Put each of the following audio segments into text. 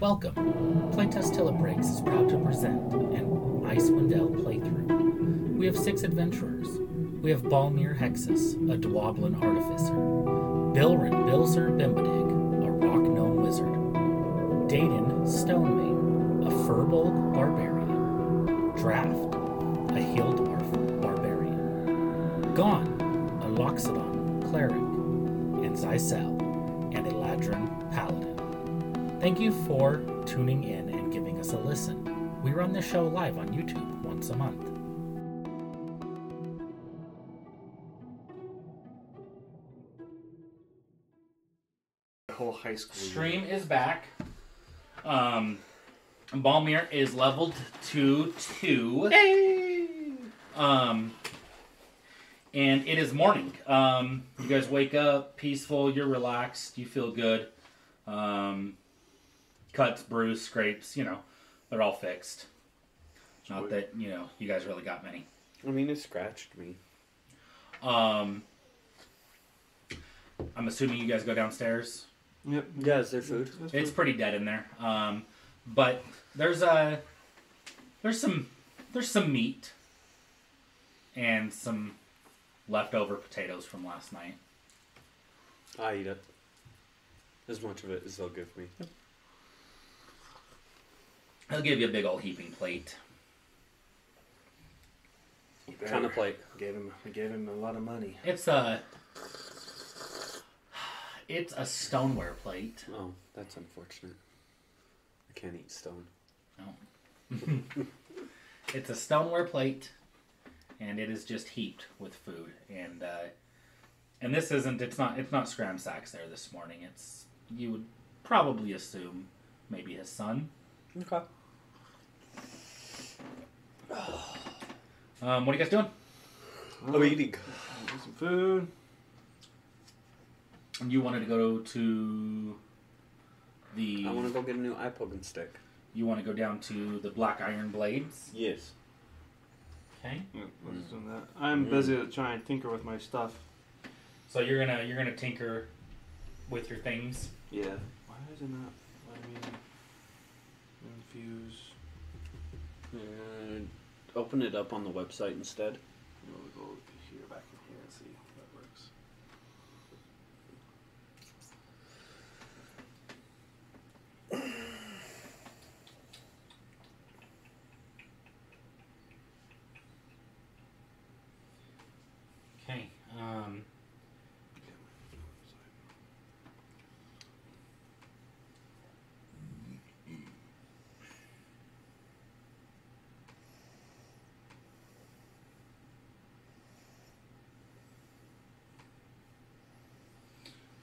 Welcome. Playtest Till It Breaks is proud to present an Icewind Dale playthrough. We have six adventurers. We have Balmir Hexus, a Dwablin artificer. Bilrin Bilzer Bimbadig, a rock gnome wizard. Dayton Stonemane, a furbolg barbarian. Draft, a hill dwarf barbarian. Gon, a Loxodon cleric. And Zysel, an Eladrin paladin. Thank you for tuning in and giving us a listen. We run the show live on YouTube once a month. whole high school year. Stream is back. Um, Balmir is leveled to two. Um, and it is morning. Um, you guys wake up peaceful. You're relaxed. You feel good. Um, cuts, bruise, scrapes. You know, they're all fixed. Not that you know you guys really got many. I mean, it scratched me. Um, I'm assuming you guys go downstairs. Yep. Yeah, is there food? It's pretty dead in there. Um, but there's a there's some there's some meat and some leftover potatoes from last night. I eat it. As much of it as they'll give me. They'll give you a big old heaping plate. Kind of plate. Gave him, I gave him a lot of money. It's a it's a stoneware plate. Oh, that's unfortunate. I can't eat stone. It's a stoneware plate, and it is just heaped with food. And uh, and this isn't it's not it's not Scram Sacks there this morning. It's you would probably assume maybe his son. Okay. Um, what are you guys doing? I'm Oh, eating. Get some food. You wanted to go to the I want to go get a new eye poking stick. you want to go down to the Black Iron Blades. Yes. Okay. Yep, let's do that. I'm busy trying to tinker with my stuff. So you're gonna you're gonna tinker with your things. Yeah. Why is it not letting me infuse? Uh, open it up on the website instead. We'll go here, back in here, and see if that works. Okay. Um,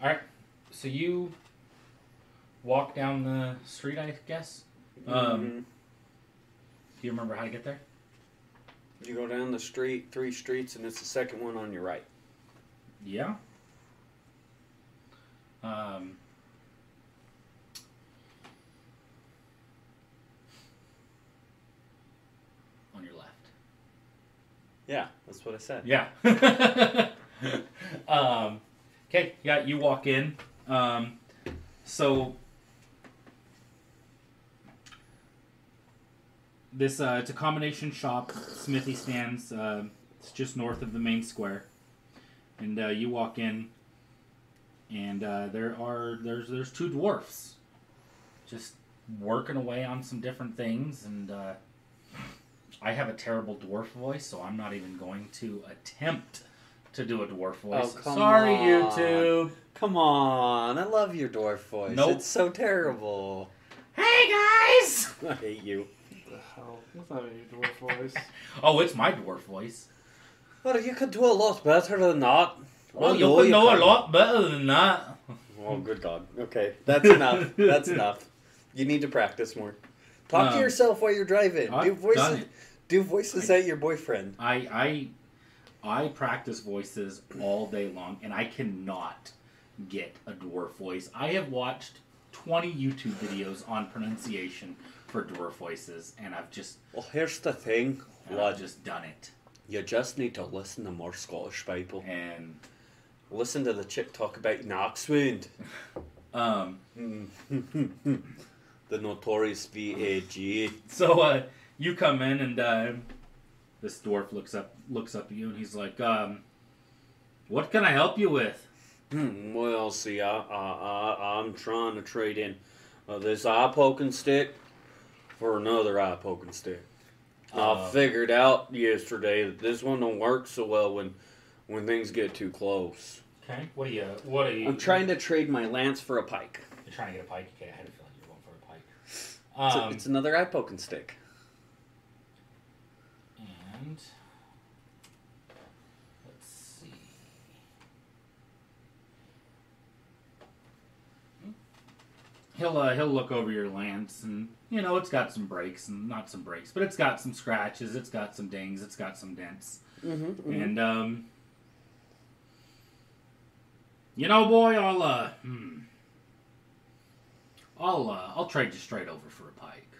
all right. So you walk down the street, I guess. Mm-hmm. Um, Do you remember how to get there? Mhm. You go down the street, three streets, and it's the second one on your right. Yeah. Um. On your left. Yeah, that's what I said. Yeah. um. Okay. Yeah. You walk in. Um. So. This uh, it's a combination shop. Smithy stands. Uh, it's just north of the main square, and uh, you walk in, and uh, there are there's there's two dwarfs, just working away on some different things, and uh, I have a terrible dwarf voice, so I'm not even going to attempt to do a dwarf voice. Oh, come Sorry, on. YouTube. Come on, I love your dwarf voice. Nope. It's so terrible. Hey guys! I hate you. What the hell? That's not even your dwarf voice. Oh, it's my dwarf voice. Well, you could do a lot better than that. Well, I you can know a can't. lot better than that. Oh, good God. Okay, that's enough. that's enough. You need to practice more. Talk Um, to yourself while you're driving. I've do done voices. it. Do voices at your boyfriend. I I I practice voices all day long, and I cannot get a dwarf voice. I have watched twenty YouTube videos on pronunciation for dwarf voices, and I've just Well, here's the thing, and I've lad. just done it. You just need to listen to more Scottish people. And Listen to the chick talk about an axe wound. um, The notorious VAG. So uh, you come in and uh, this dwarf looks up looks up at you and he's like, um, "What can I help you with?" Hmm, well, see, I, I, I, I'm trying to trade in uh, this eye poking stick for another eye poking stick. Uh, I figured out yesterday that this one don't work so well when when things get too close. Okay. What are you? What are you? I'm trying to trade my lance for a pike. You're trying to get a pike. Okay, I had a feeling you were going It's, for a a- pike. Um, it's another eye poking stick. And let's see. He'll uh, he'll look over your lance, and you know it's got some breaks and not some breaks, but it's got some scratches, it's got some dings, it's got some dents, Mm-hmm. and um, you know, boy, I'll uh, hmm, I'll uh, I'll trade you straight over for a pike,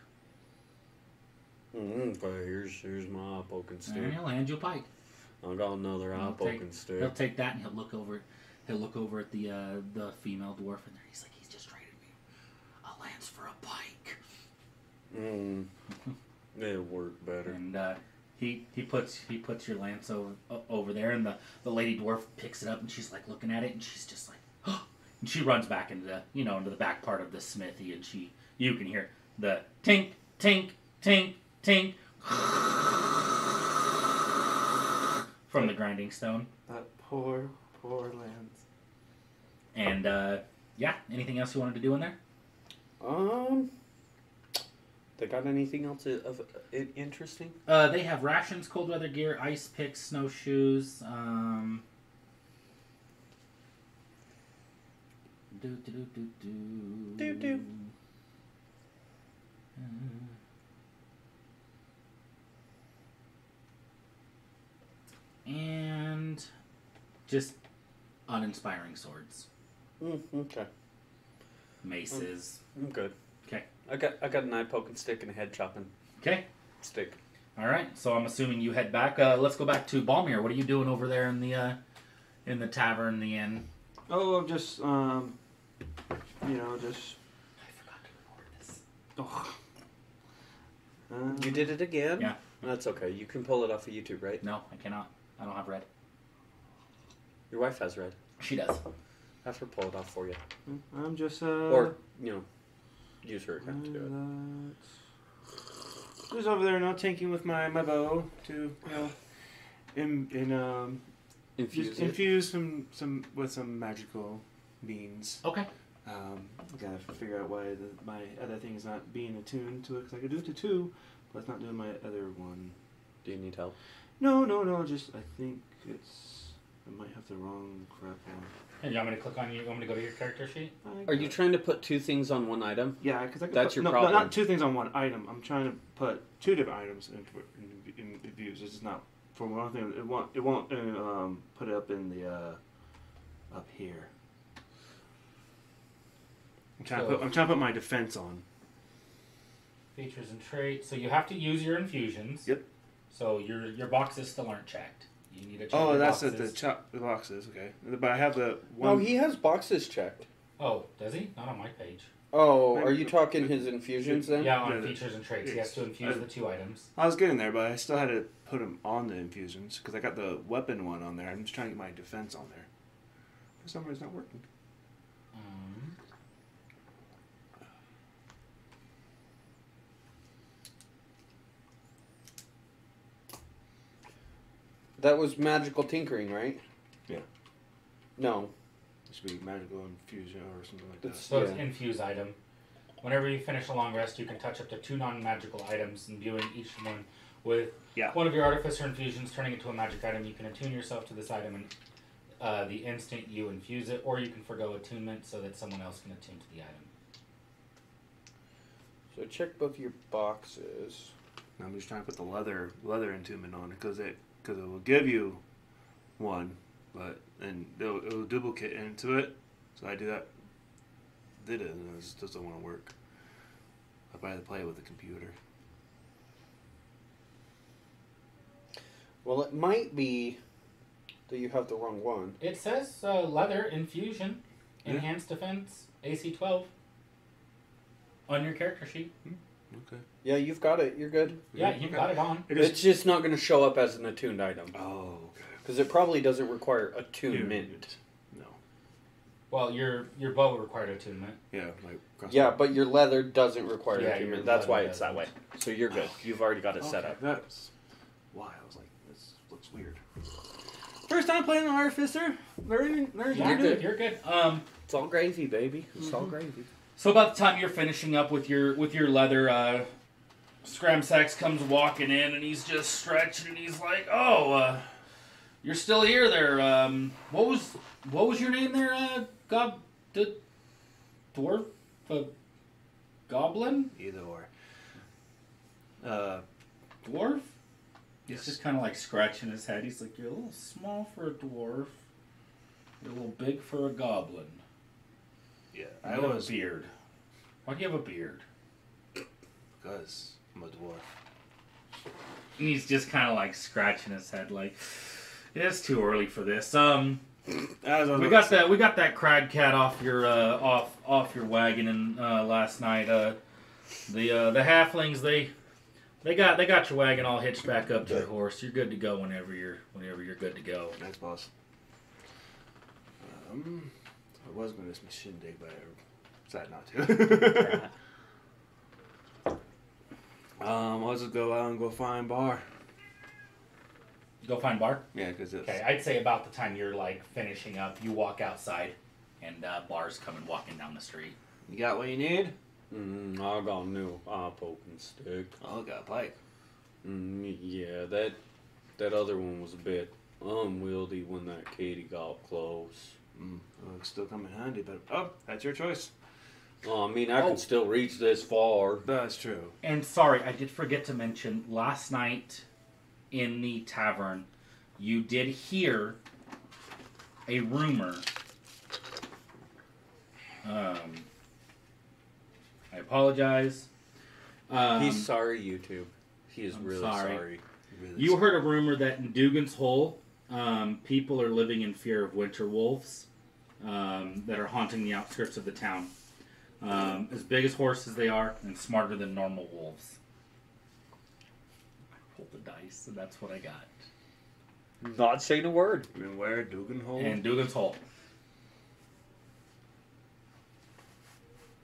hmm, okay, here's here's my eye poking and stick. he'll hand you a pike. I got another eye I'll poking take- He'll stick. take that and he'll look over. He'll look over at the uh, the female dwarf and there. He's like, he's just traded me a lance for a pike. Mm. It worked better. And uh, he he puts he puts your lance over o- over there, and the the lady dwarf picks it up and she's like looking at it, and she's just like, and she runs back into the you know into the back part of the smithy, and she you can hear the tink tink tink tink from the grinding stone. That poor, poor Lance. And uh, yeah, anything else you wanted to do in there? Um, they got anything else of, of i- interesting? Uh, they have rations, cold weather gear, ice picks, snowshoes. Um... Do do do do do Do, do. Uh, And just uninspiring swords, Mm, okay, maces. I'm good. 'Kay. I got I got an eye poking stick and a head chopping Okay, stick. all right. So I'm assuming you head back. Uh, let's go back to Balmir. What are you doing over there in the uh, in the tavern, the inn? Oh, I'm just, um, you know, just. I forgot to record this. Oh. Uh, You did it again. Yeah. that's okay. You can pull it off of YouTube, right? No, I cannot. I don't have red. Your wife has red. She does. Have her pull it off for you, I'm just. Uh, or you know, use her uh, account to do that's- Just over there, now tanking with my, my bow to, you know, in, in um, it. just infuse some, some with some magical means. Okay. Um, gotta figure out why the, my other thing is not being attuned to it. Cause I could do it to two, but it's not doing my other one. Do you need help? No, no, no. Just I think it's I might have the wrong crap on. Hey, you want me to click on you? You want me to go to your character sheet? I Are you got- trying to put two things on one item? Yeah, because I could That's put, your no, no, problem. not two things on one item. I'm trying to put two different items into in, in views. It's just not for one thing. It won't. It won't uh, um, put it up in the uh, up here. I'm trying, to So- put, I'm trying to put my defense on. Features and traits. So you have to use your infusions. Yep. So your your boxes still aren't checked. You need to check Oh, your that's the, the boxes. chop the boxes. Okay, but I have the one. Oh, has boxes checked. Oh, does he? Not on my page. Oh, are you talking his infusions then? Yeah, on no, no. features and traits. He has to infuse Uh, the two items. I was getting there, but I still had to put them on the infusions because I got the weapon one on there. I'm just trying to get my defense on there. For some reason, it's not working. Um, That was magical tinkering, right? Yeah. No. It should be magical infusion or something like It's- that. so it's Yeah. infuse item. Whenever you finish a long rest, you can touch up to two non-magical items, imbuing each one with Yeah. one of your artificer infusions, turning it to a magic item. You can attune yourself to this item and, uh, the instant you infuse it, or you can forego attunement so that someone else can attune to the item. So check both your boxes. I'm just trying to put the leather leather entombment on because it because it will give you one, but and it'll, it'll duplicate into it. So I do that. Did it and it just doesn't want to work. I probably had to play with the computer. Well, it might be that you have the wrong one. It says uh, leather infusion, Yeah. enhanced defense, AC 12. on your character sheet. Okay. Yeah, you've got it. You're good. Yeah, you've got it on. It It's is. just not going to show up as an attuned item Oh, okay. because it probably doesn't require attunement. No. Well, your your bow required attunement. Yeah, like. crossbow. Yeah, but your leather doesn't require Yeah, your attunement. That's why leather it's that way. So you're good. You've already got it set Okay, up. That's why I was like, this looks weird. First time playing an artificer, learning, learning. You're You're good. good. You're good. Um, It's all gravy, baby. It's Mm-hmm. all gravy. So about the time you're finishing up with your with your leather, uh, Scramsacks comes walking in and he's just stretching and he's like, "Oh, uh, you're still here, there. Um, what was what was your name there? Uh, gob, d- dwarf, uh, goblin, Either or. Uh, dwarf." He's yes. just kind of like scratching his head. He's like, "You're a little small for a dwarf. You're a little big for a goblin. yeah, You I have a was beard. Why do you have a beard?" because I'm a dwarf. And he's just kind of like scratching his head, like it's too early for this. Um, As I was we about got to say- that we got that crag cat off your uh, off off your wagon and uh, last night. Uh, the uh, the halflings they they got they got your wagon all hitched back up to your horse. You're good to go whenever you're whenever you're good to go. Thanks, boss. Um, I was gonna miss my shindig, but I decided not to. um, I'll just go out and go find bar. Go find Bar. Yeah, because it's Okay, I'd say about the time you're like finishing up, you walk outside, and uh, Bar's coming walking down the street. you got what you need. Mm, I got a new eye poking stick. Oh, got a pike. Mm, yeah, that that other one was a bit unwieldy when that kitty got close. Mm, oh, it's still coming handy, but oh, that's your choice. Oh, I mean, I Oh. can still reach this far. That's true. And sorry, I did forget to mention last night in the tavern, you did hear a rumor. Um, I apologize. Um, He's sorry, YouTube. He is I'm really sorry. sorry. Really you heard a rumor that in Dugan's Hole, um, people are living in fear of winter wolves um, that are haunting the outskirts of the town. Um, as big as horses they are, and smarter than normal wolves. I rolled the dice, and that's what I got. Not saying a word. Been where Dugan hole? And Dugan's Hole.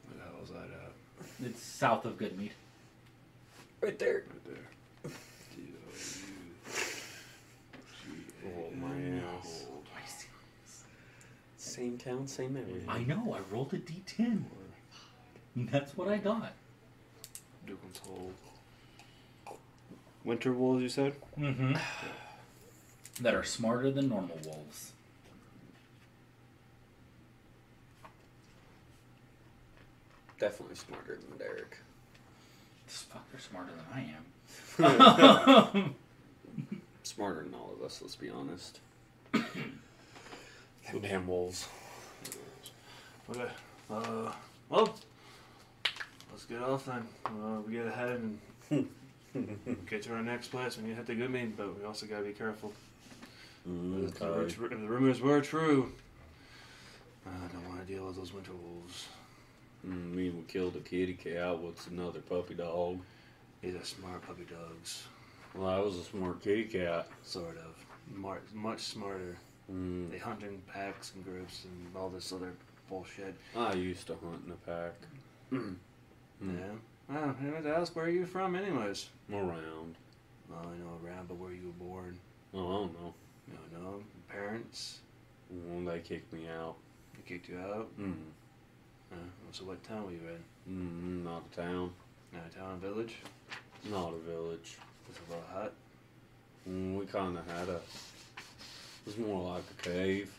What the hell was that? Uh, It's south of Goodmead. Right there. right there. D O U G A Oh, my N ass. hole. Same town, same everything. I know, I rolled a d10. That's what I got. Dugan's hole. Winter wolves, you said? Mm-hmm. That are smarter than normal wolves. Definitely smarter than Derek. This fucker's smarter than I am. Smarter than all of us, let's be honest. Them damn wolves. Okay. Uh, well, let's get off then. Uh, we gotta head and get to our next place. We need to hit the good mean, but we also gotta be careful. Mm, If the ru- if the rumors were true, Uh, I don't want to deal with those winter wolves. Mm, we would kill the kitty cat. What's another puppy dog? These are smart puppy dogs, Well, that was a smart kitty cat. sort of. Mar- much smarter. Mm, They hunt in packs and groups and all this other bullshit. I used to hunt in a pack. Hmm. Mm, Yeah. Well, I have to ask where are you from, anyways. Around. Well, I know around, but where you were born. Oh, I don't know. You don't know. Parents. Mm, they kicked me out. They kicked you out. Mm, Uh, so what town were you in? mm, not a town. Not a town, village. Not a village. With a little hut. Mm, we kind of had a. It was more like a cave.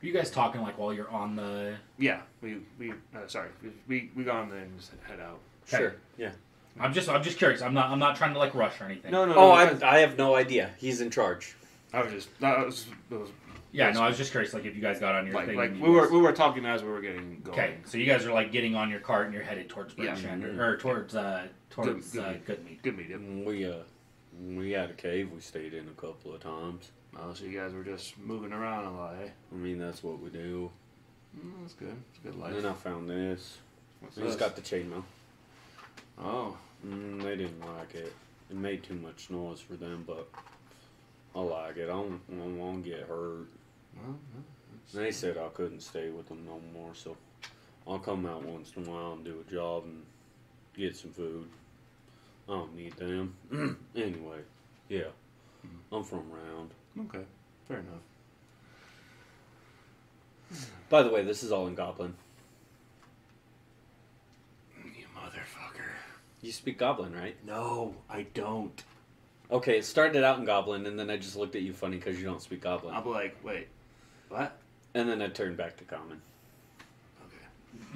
Are you guys talking like while you're on the Yeah, we we uh, sorry, we we, we got on there and just head out. Okay. Yeah. I'm just I'm just curious. I'm not I'm not trying to like rush or anything. No, no. Oh, no, I, I have no idea. He's in charge. I was just that was, that was Yeah, no, I was just curious like if you guys got on your like thing. like and we you were guys- we were talking as we were getting going. Okay, so you guys are like getting on your cart and you're headed towards Yeah. Mm-hmm. Bridgehander Mhm. or towards uh towards Good- uh, Goodmead. Goodmead. Good meeting. Mm, We uh, we had a cave we stayed in a couple of times. Oh, so you guys were just moving around a lot. Eh? I mean, that's what we do. Mm, that's good. It's a good life. And then I found this. What's He's this? got the chainmail. Oh, Mm, they didn't like it. It made too much noise for them, but I like it. I don't, I don't want to get hurt. well, well, And They said I couldn't stay with them no more, so I'll come out once in a while and do a job and get some food. I don't need them. anyway, yeah, I'm from around. okay, fair enough. By the way, this is all in Goblin. You motherfucker. You speak Goblin, right? No, I don't. Okay, it started out in Goblin, and then I just looked at you funny because you don't speak Goblin. I'll be like, wait, what? And then I turned back to Common. Okay.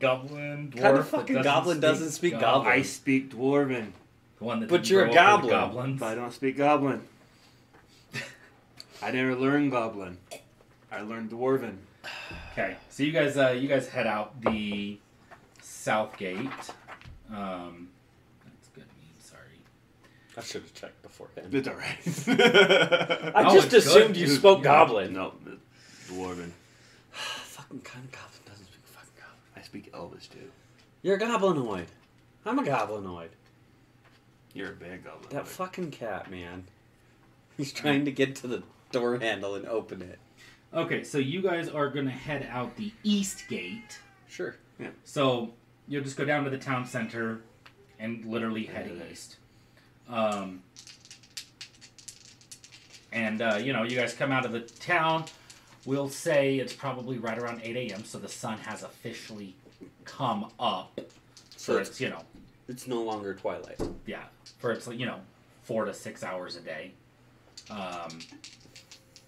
Goblin, dwarf. Kind that of fucking doesn't Goblin speak doesn't speak Goblin. Goblin. I speak Dwarven, The one that But didn't you're a grow up with goblin. Goblins. but I don't speak Goblin. I never learned Goblin. I learned Dwarven. Okay, so you guys, uh, you guys head out the south gate. Um, that's good. Meme, sorry. I should have checked beforehand. It's alright. I No, just it's good, assumed you dude. spoke Yeah. Goblin. no, it's Dwarven. Fucking kind of Goblin doesn't speak fucking Goblin. I speak Elvish too. You're a goblinoid. I'm a goblinoid. You're a bad goblin. That fucking cat, man. He's trying to get to the door handle and open it. Okay, so you guys are gonna head out the east gate. Sure. So you'll just go down to the town center and literally head Yeah. east. Um, and uh, you know, you guys come out of the town. We'll say it's probably right around 8 a.m. So the sun has officially come up. So So it's, it's you know, it's no longer Twilight. yeah, for it's like you know, four to six hours a day. Um,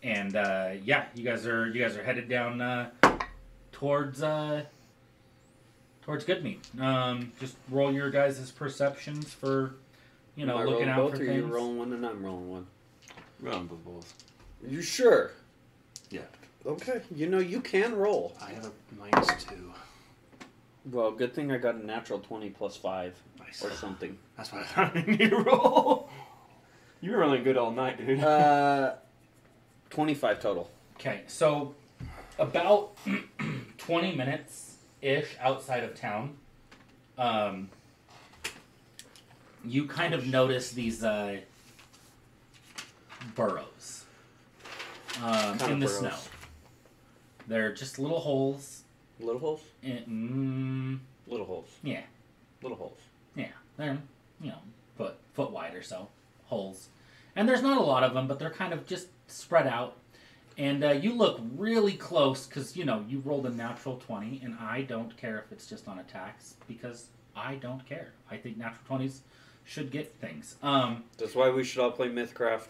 and uh, yeah, you guys are you guys are headed down uh, towards uh, towards Goodmead. Um, just roll your guys' perceptions for you know Am I looking rolling out both for or things. you rolling one and I'm rolling one. Run with both. You sure? Yeah. Okay. You know you can roll. I have a minus two. Well, good thing I got a natural twenty plus five Nice. or something. That's why I thought I need to roll. You were running good all night, dude. Uh, twenty-five total. Okay, so about 20 minutes ish outside of town, um, you kind of notice these uh, burrows um, Kinda in the burrows. snow. They're just little holes. Little holes. In, mm, Little holes. yeah, Little holes. yeah, they're you know foot foot wide or so holes, and there's not a lot of them, but they're kind of just spread out. And uh, you look really close because you know you rolled a natural twenty, and I don't care if it's just on attacks because I don't care. I think natural twenties should get things. Um, That's why we should all play Mythcraft.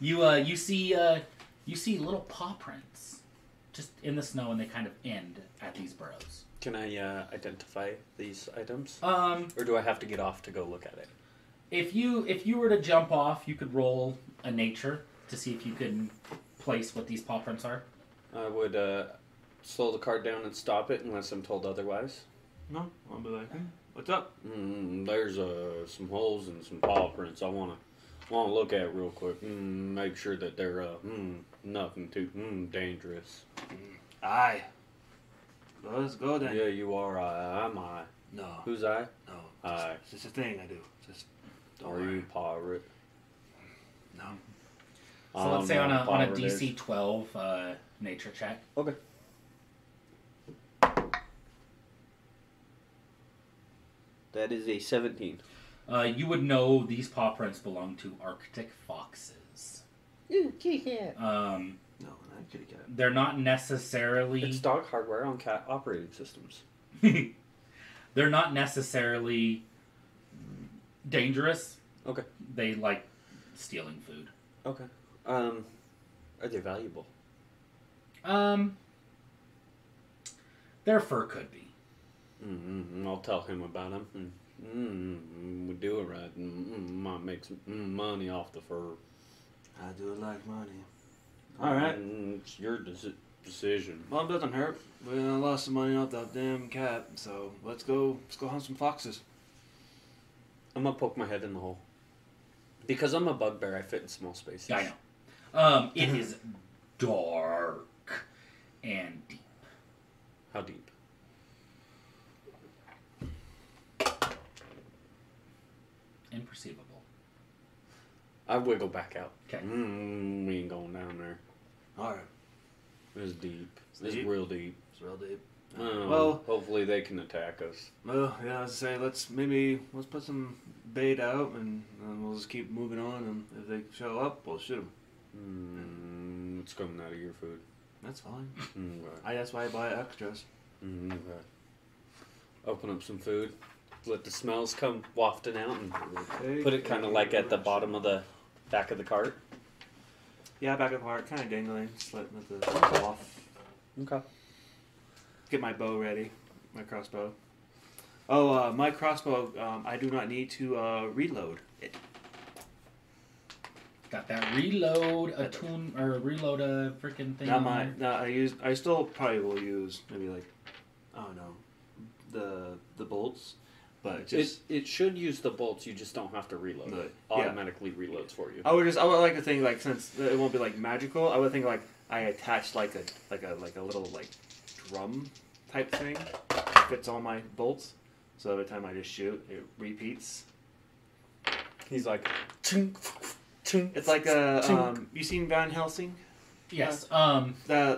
you uh, you see uh, you see little paw prints just in the snow, and they kind of end at these burrows. Can I uh, identify these items, Um, or do I have to get off to go look at it? If you if you were to jump off, you could roll a nature to see if you can place what these paw prints are. I would uh, slow the cart down and stop it unless I'm told otherwise. no, I'll be like, hmm, what's up? Mm, there's uh, some holes and some paw prints. I wanna wanna look at real quick. Mm, make sure that they're uh, mm, nothing too mm, dangerous. I. Let's go then. Yeah, you are. I, I'm I. No, Who's I? no. I. It's just a thing I do. Just don't Are worry. you pirate? No. So I don't let's say know on a what on a pirate is. DC twelve uh, nature check. Okay. That is a 17. Uh, you would know these paw prints belong to Arctic foxes. Um, No, I could get it. they're not necessarily It's dog hardware on cat operating systems. they're not necessarily dangerous. Okay. They like stealing food. Okay. Um, are they valuable? Um, their fur could be. Mm-hmm. I'll tell him about them. Mm-hmm. We do it right. Mm-hmm. Might make some mm, money off the fur. I do like money. All right. Mm, it's your deci- decision. Well, it doesn't hurt. We uh, lost some money off that damn cat, so let's go. Let's go hunt some foxes. I'm gonna poke my head in the hole. Because I'm a bugbear, I fit in small spaces. I know. Um, it Mm-hmm. is dark and deep. How deep? perceivable. I wiggle back out. Okay. Mm, we ain't going down there. All right. It's deep. It's, deep? real deep. It's real deep. Um, Well- hopefully they can attack us. Well, yeah, I was say let's maybe let's put some bait out, and, and we'll just keep moving on. And if they show up, we'll shoot them. Mm, it's coming out of your food. That's fine. Mm, okay. I that's why I buy extras. Mm, okay. Open up some food. Let the smells come wafting out and put it kind of like at the bottom of the back of the cart. Yeah, back of the park, kind of dangling, just let let the let it off. Okay. Get my bow ready, my crossbow. Oh, uh, my crossbow, um, I do not need to uh, reload it. Got that reload a tune or reload a freaking thing. Not on my, there. no, I use, I still probably will use maybe like, I don't know, the the bolts, but just it, it should use the bolts. You just don't have to reload. The- it yeah. automatically reloads for you. I would just I would like to think like since it won't be like magical, I would think like I attach like a like a like a little like drum type thing fits all my bolts. So every time I just shoot, it repeats. He's like, "Tink, tink." It's like a um, you seen Van Helsing Yes. Um. the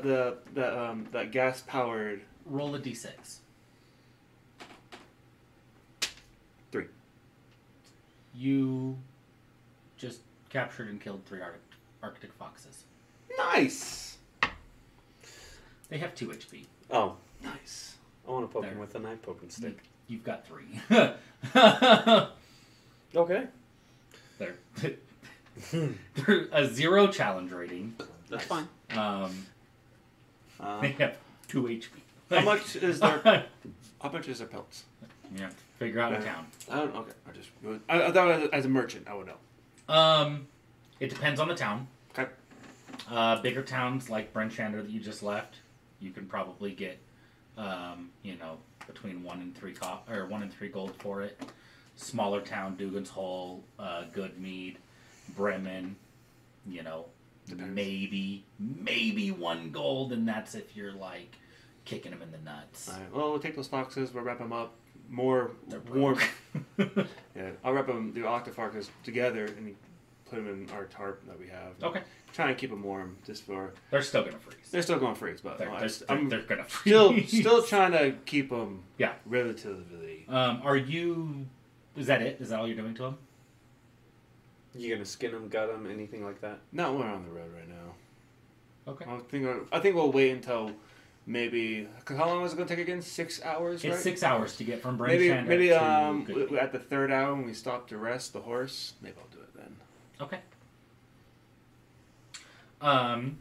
the the um that gas powered Roll a d6. Three. You just captured and killed three Arctic, Arctic foxes. nice They have two HP. oh, nice. I want to poke him There. with a knife poking Mm-hmm. stick. You've got three. They're Okay. Hmm. they're a zero challenge rating. That's fine. Um, they Um, have two HP. how much is their you how much is their pelts? have to figure out a Yeah. town. I don't okay. I just I, I thought as, as a merchant I would know. Um, it depends on the town. Okay. Uh, bigger towns like Brenchander that you just left, you can probably get, um, you know, between one and three co- or one and three gold for it. Smaller town, Dugan's Hole, uh, Goodmead, Bremen, you know, Depends. maybe maybe one gold, and that's if you're like kicking them in the nuts. All right. Well, we'll take those foxes. We'll wrap them up. More They're broke. warm. yeah, I'll wrap them the octofarkas together and put them in our tarp that we have. okay, Trying to keep them warm. Just for they're still gonna freeze. they're still going freeze, but They're, I- they're, they're, I'm they're gonna freeze. still still trying to keep them. Yeah. Relatively. Um, are you? Is that it? Is that all you're doing to them? You gonna skin him, gut him, anything like that? Not when we're on the road right now. Okay. I think I think we'll wait until maybe. Cause how long was it gonna take again? Six hours, It's right? six hours to get from Brain Maybe Shander maybe to um Goodyear. w- at the third hour when we stop to rest the horse. Maybe I'll do it then. okay. Um.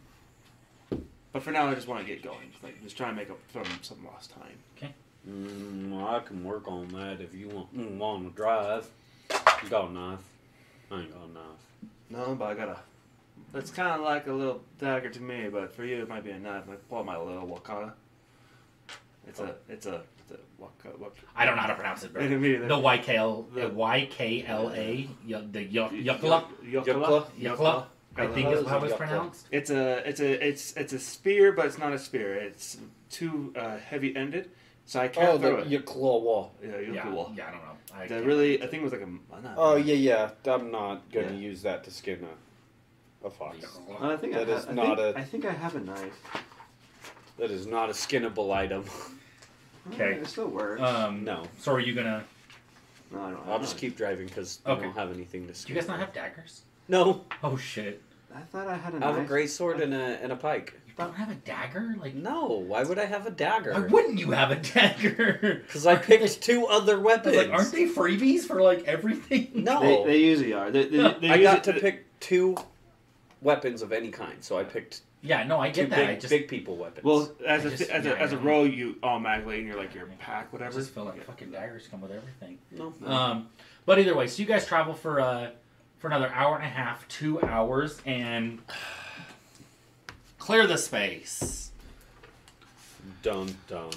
But for now, I just want to get going. Like, just trying to make up from some lost time. Mm, well, I can work on that if you want mm, on the drive. You got a knife? I ain't got a knife. No, but I gotta. It's kind of like a little dagger to me, but for you, it might be a knife. I pull out my little wakana. It's a, it's a, it's a waka, waka. I don't know how to pronounce it, I bro. didn't mean The it. YKL, the The- YKLA, yuck- the yuck- Yukla, Yukla? Yuk- Yukla. Yukla, I think is Yukla. how it's Yukla. pronounced. It's a, it's a, it's, it's a spear, but it's not a spear. It's too uh, heavy-ended, so I Oh, can't throw it. your claw wall. yeah, Yeah, yukla. yeah, I don't know. I That can't- really, I think it was like a. Not, Oh yeah, yeah. I'm not gonna Yeah. use that to skin a, a fox. Yukla. I think That I is ha- I not think- a- I think I have a knife. That is not a skinnable item. Okay. It still works. Um. no, So are you gonna? no, I don't have I'll a just knife. keep driving because I Okay. don't have anything to Do skin. you guys not have daggers? No, Oh shit! I thought I had a I have a knife. great sword and a and a pike. You don't have a dagger? Like, No, why would I have a why dagger? wouldn't you have a dagger? Because I picked two other I was weapons. like, aren't they freebies for like everything? No, They, they Oh. usually are. They, they, they I got to usually- pick two weapons of any kind, so I picked Yeah, no, I two get that. I big, just, big people weapons. Well, as I a just- as yeah, a as I a know. roll, you automatically and you're like your Yeah. pack, I whatever. just feel like Yeah. fucking daggers come with everything. no, Um, but either way, so you guys travel for uh, for another hour and a half, two hours, and clear the space. dun dun.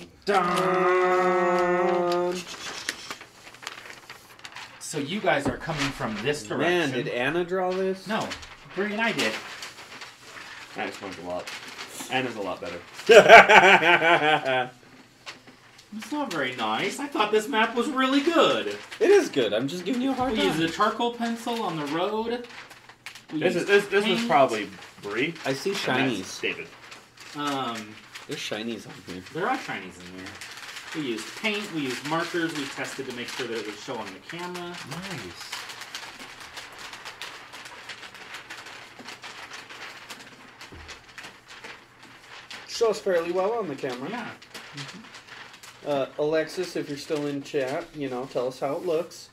So you guys are coming from this Man, direction. did Anna draw this? no, Bree and I did. That explains a lot. Anna's a lot better. I It's not very nice. I thought this map was really good. It is good. I'm just giving you a hard We time. used a charcoal pencil on the road. We This used is this, this was paint. probably Bree. I see and uh, that's shinies. David. Um, There's shinies on here. there are shinies in there. We used paint. We used markers. We tested to make sure that it would show on the camera. Nice. Shows fairly well on the camera. Yeah. Uh, Alexis, if you're still in chat, you know, tell us how it looks.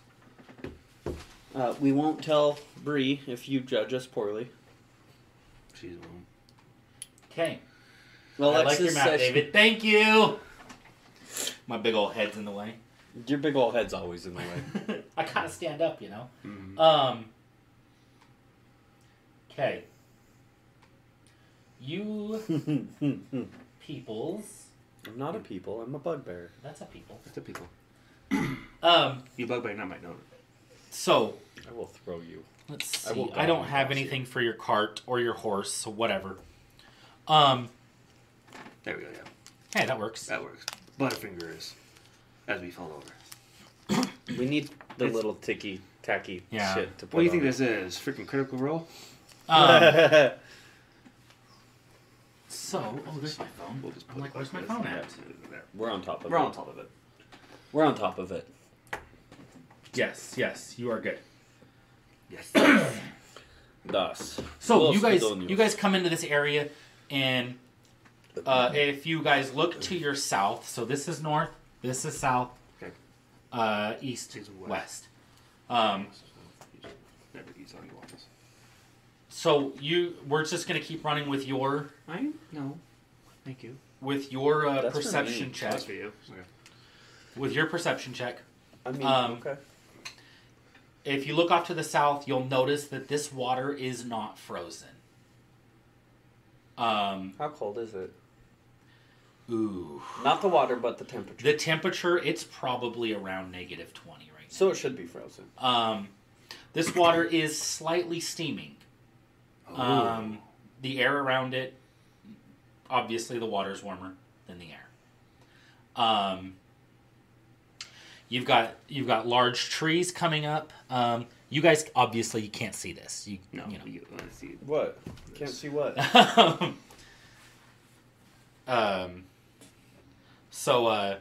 Uh, we won't tell Bree if you judge us poorly. She's one. Okay. I like Alexis your map, says David. Thank you. My big old head's in the way. Your big old head's always in the way. I gotta stand up, you know. Mm-hmm. Um. Okay. You I'm peoples. not a people. I'm a bugbear. That's a people. That's the people. Um. You bugbear, not might know it. So I will throw you. let's I will see. go I, don't and have watch anything for your cart or your horse, so whatever. Um. There we go. Yeah, Hey, that works. that works. Butterfinger is as we fall over. We need the It's- little ticky tacky Yeah. shit to put What do you think on this is? Freaking Critical Role? Um, it. so, oh, there's my phone. We'll just I'm put like, it where's my this. phone Yeah, at? there. We're on top of We're it. on top of it. We're on top of it. Yes, yes, you are good. Yes. Thus. So Los you guys, Idóneos. you guys come into this area, and uh, if you guys look to your south, so this is north, this is south, Okay. uh, east, It's west. west. Um, Never use on your walls. so you, we're just gonna keep running with your I know. Thank you. with your uh, That's for perception me. check, That's for you. Okay. with your perception check. I mean, Um, okay. If you look off to the south, you'll notice that this water is not frozen. Um, How cold is it? ooh, Not the water, but the temperature. the temperature it's probably around negative twenty right now. So it should be frozen. Um, this water is slightly steaming. Oh. Um, the air around it, obviously, the water's warmer than the air. Um, you've got you've got large trees coming up. Um, you guys obviously you can't see this. You, no, you know. you want to see. What? Can't see what? um, so uh,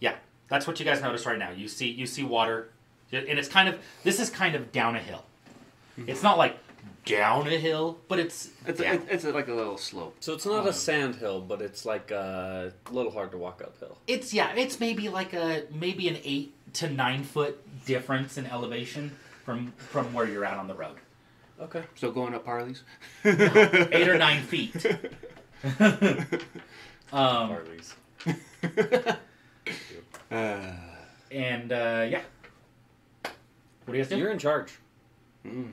yeah, that's what you guys notice right now. You see you see water, and it's kind of this is kind of down a hill. It's not like down a hill, but it's Mm-hmm. It's, down. it's, it's like a little slope. So it's not Um, a sand hill, but it's like uh, a little hard to walk uphill. it's yeah, it's maybe like a maybe an eight to nine foot difference in elevation from from where you're at on the road. Okay. So going up Harley's? Eight or nine feet. um, Harley's. Uh, and uh, yeah. What do you guys do? You're in charge. mm.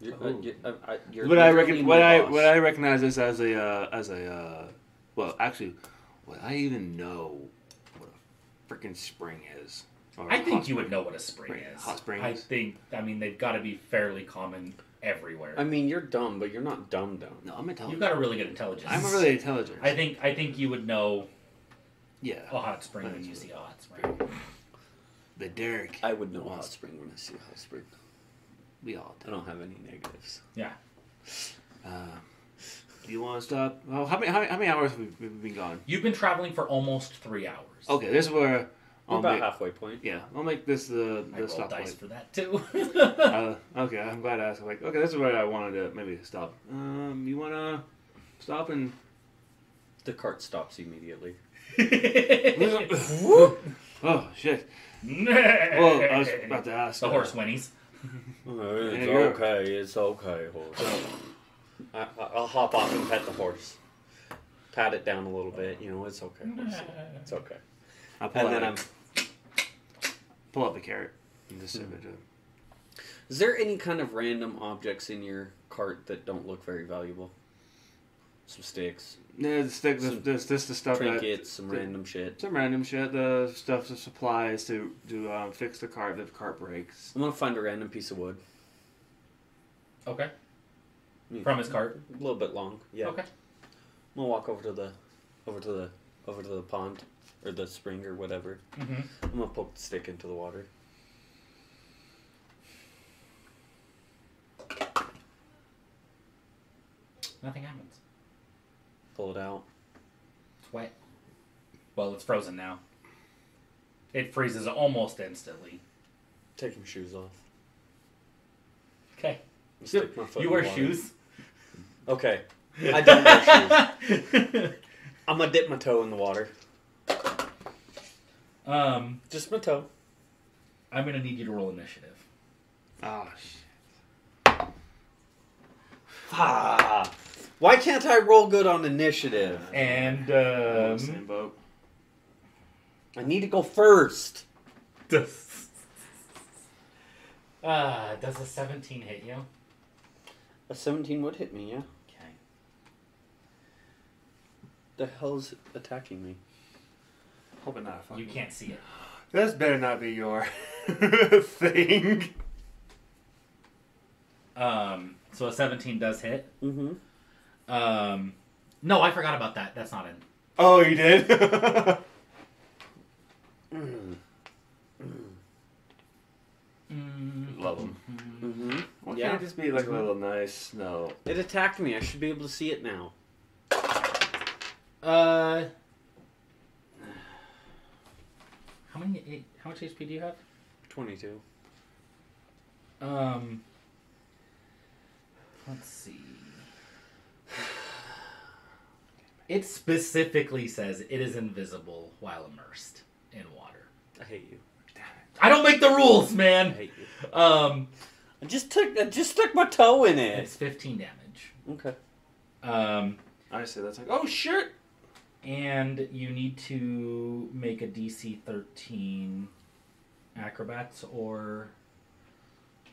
You're, Oh. uh, Ooh. you uh, I, you're Would I literally reckon? my Would I? boss. Would I recognize this as a uh, as a? Uh, well, actually, would I even know what a freaking spring is? Or I think hot you would spring? know what a spring Spring- is. hot springs. I think. I mean, they've got to be fairly common everywhere. I mean, you're dumb, but you're not dumb dumb. No, I'm You've intelligent. got a really good intelligence. I'm a really intelligent. I think. I think you would know yeah. a hot spring when That's you really- see a hot spring. The Derek. I would know a hot spring when I see a hot spring. we all I do. don't have any negatives. Yeah. Uh, do you want to stop? Well, how many how many, how many hours have we we been gone? You've been traveling for almost three hours. Okay, this is where. We're I'll about make, halfway point. yeah, I'll make this the I the rolled stop dice point. for that too. uh, okay, I'm glad I asked. I'm like, okay, this is where I wanted to maybe stop. Um, you wanna stop and The cart stops immediately. oh shit. Well, I was about to ask. the uh, horse whinnies. it's you go. okay. It's okay, horse. I, I- I'll hop off and pet the horse. Pat it down a little bit. You know, it's okay. Horse. It's okay. I pull And out then a- I'm. pull up a carrot and just serve it to him. Is there any kind of random objects in your cart that don't look very valuable? Some sticks, No, this, this, Some this, this the stuff that trinkets, some the- random shit. some random shit. The stuff, the supplies to to um, fix the cart if the cart breaks. I'm gonna find a random piece of wood. Okay. Hmm. From his cart. A little bit long. Yeah. Okay. I'm gonna walk over to the, over to the, over to the pond. or the spring or whatever. Mm-hmm. I'm gonna poke the stick into the water. Nothing happens. Pull it out. It's wet. Well, it's frozen now. It freezes almost instantly. Take your shoes off. Okay. and Stick my foot you in the wear water. shoes? Okay. I don't wear shoes. I'm gonna dip my toe in the water. um, Just my toe. I'm gonna need you to roll initiative. Ah, shit. Ah, why can't I roll good on initiative? And I'm on the um, same boat. I need to go first. uh, does a 17 hit you? A 17 would hit me, yeah. Okay. The hell's attacking me? Hoping not. fucking- You can't see it. This better not be your thing. Um, so a 17 does hit. Mm-hmm. Um, no, I forgot about that. That's not in. Oh, you did? Mm, Love him. Mm-hmm. Why Yeah. can't it just be like a little nice? No. It attacked me. I should be able to see it now. Uh, how many? How much HP do you have? 22. Um, let's see. It specifically says it is invisible while immersed in water. I hate you. I don't make the rules, I man. hate you. Um, I just took I just stuck my toe in it. it's 15 damage. Okay. Um, I say that's like, oh shit! and you need to make a DC 13 acrobats or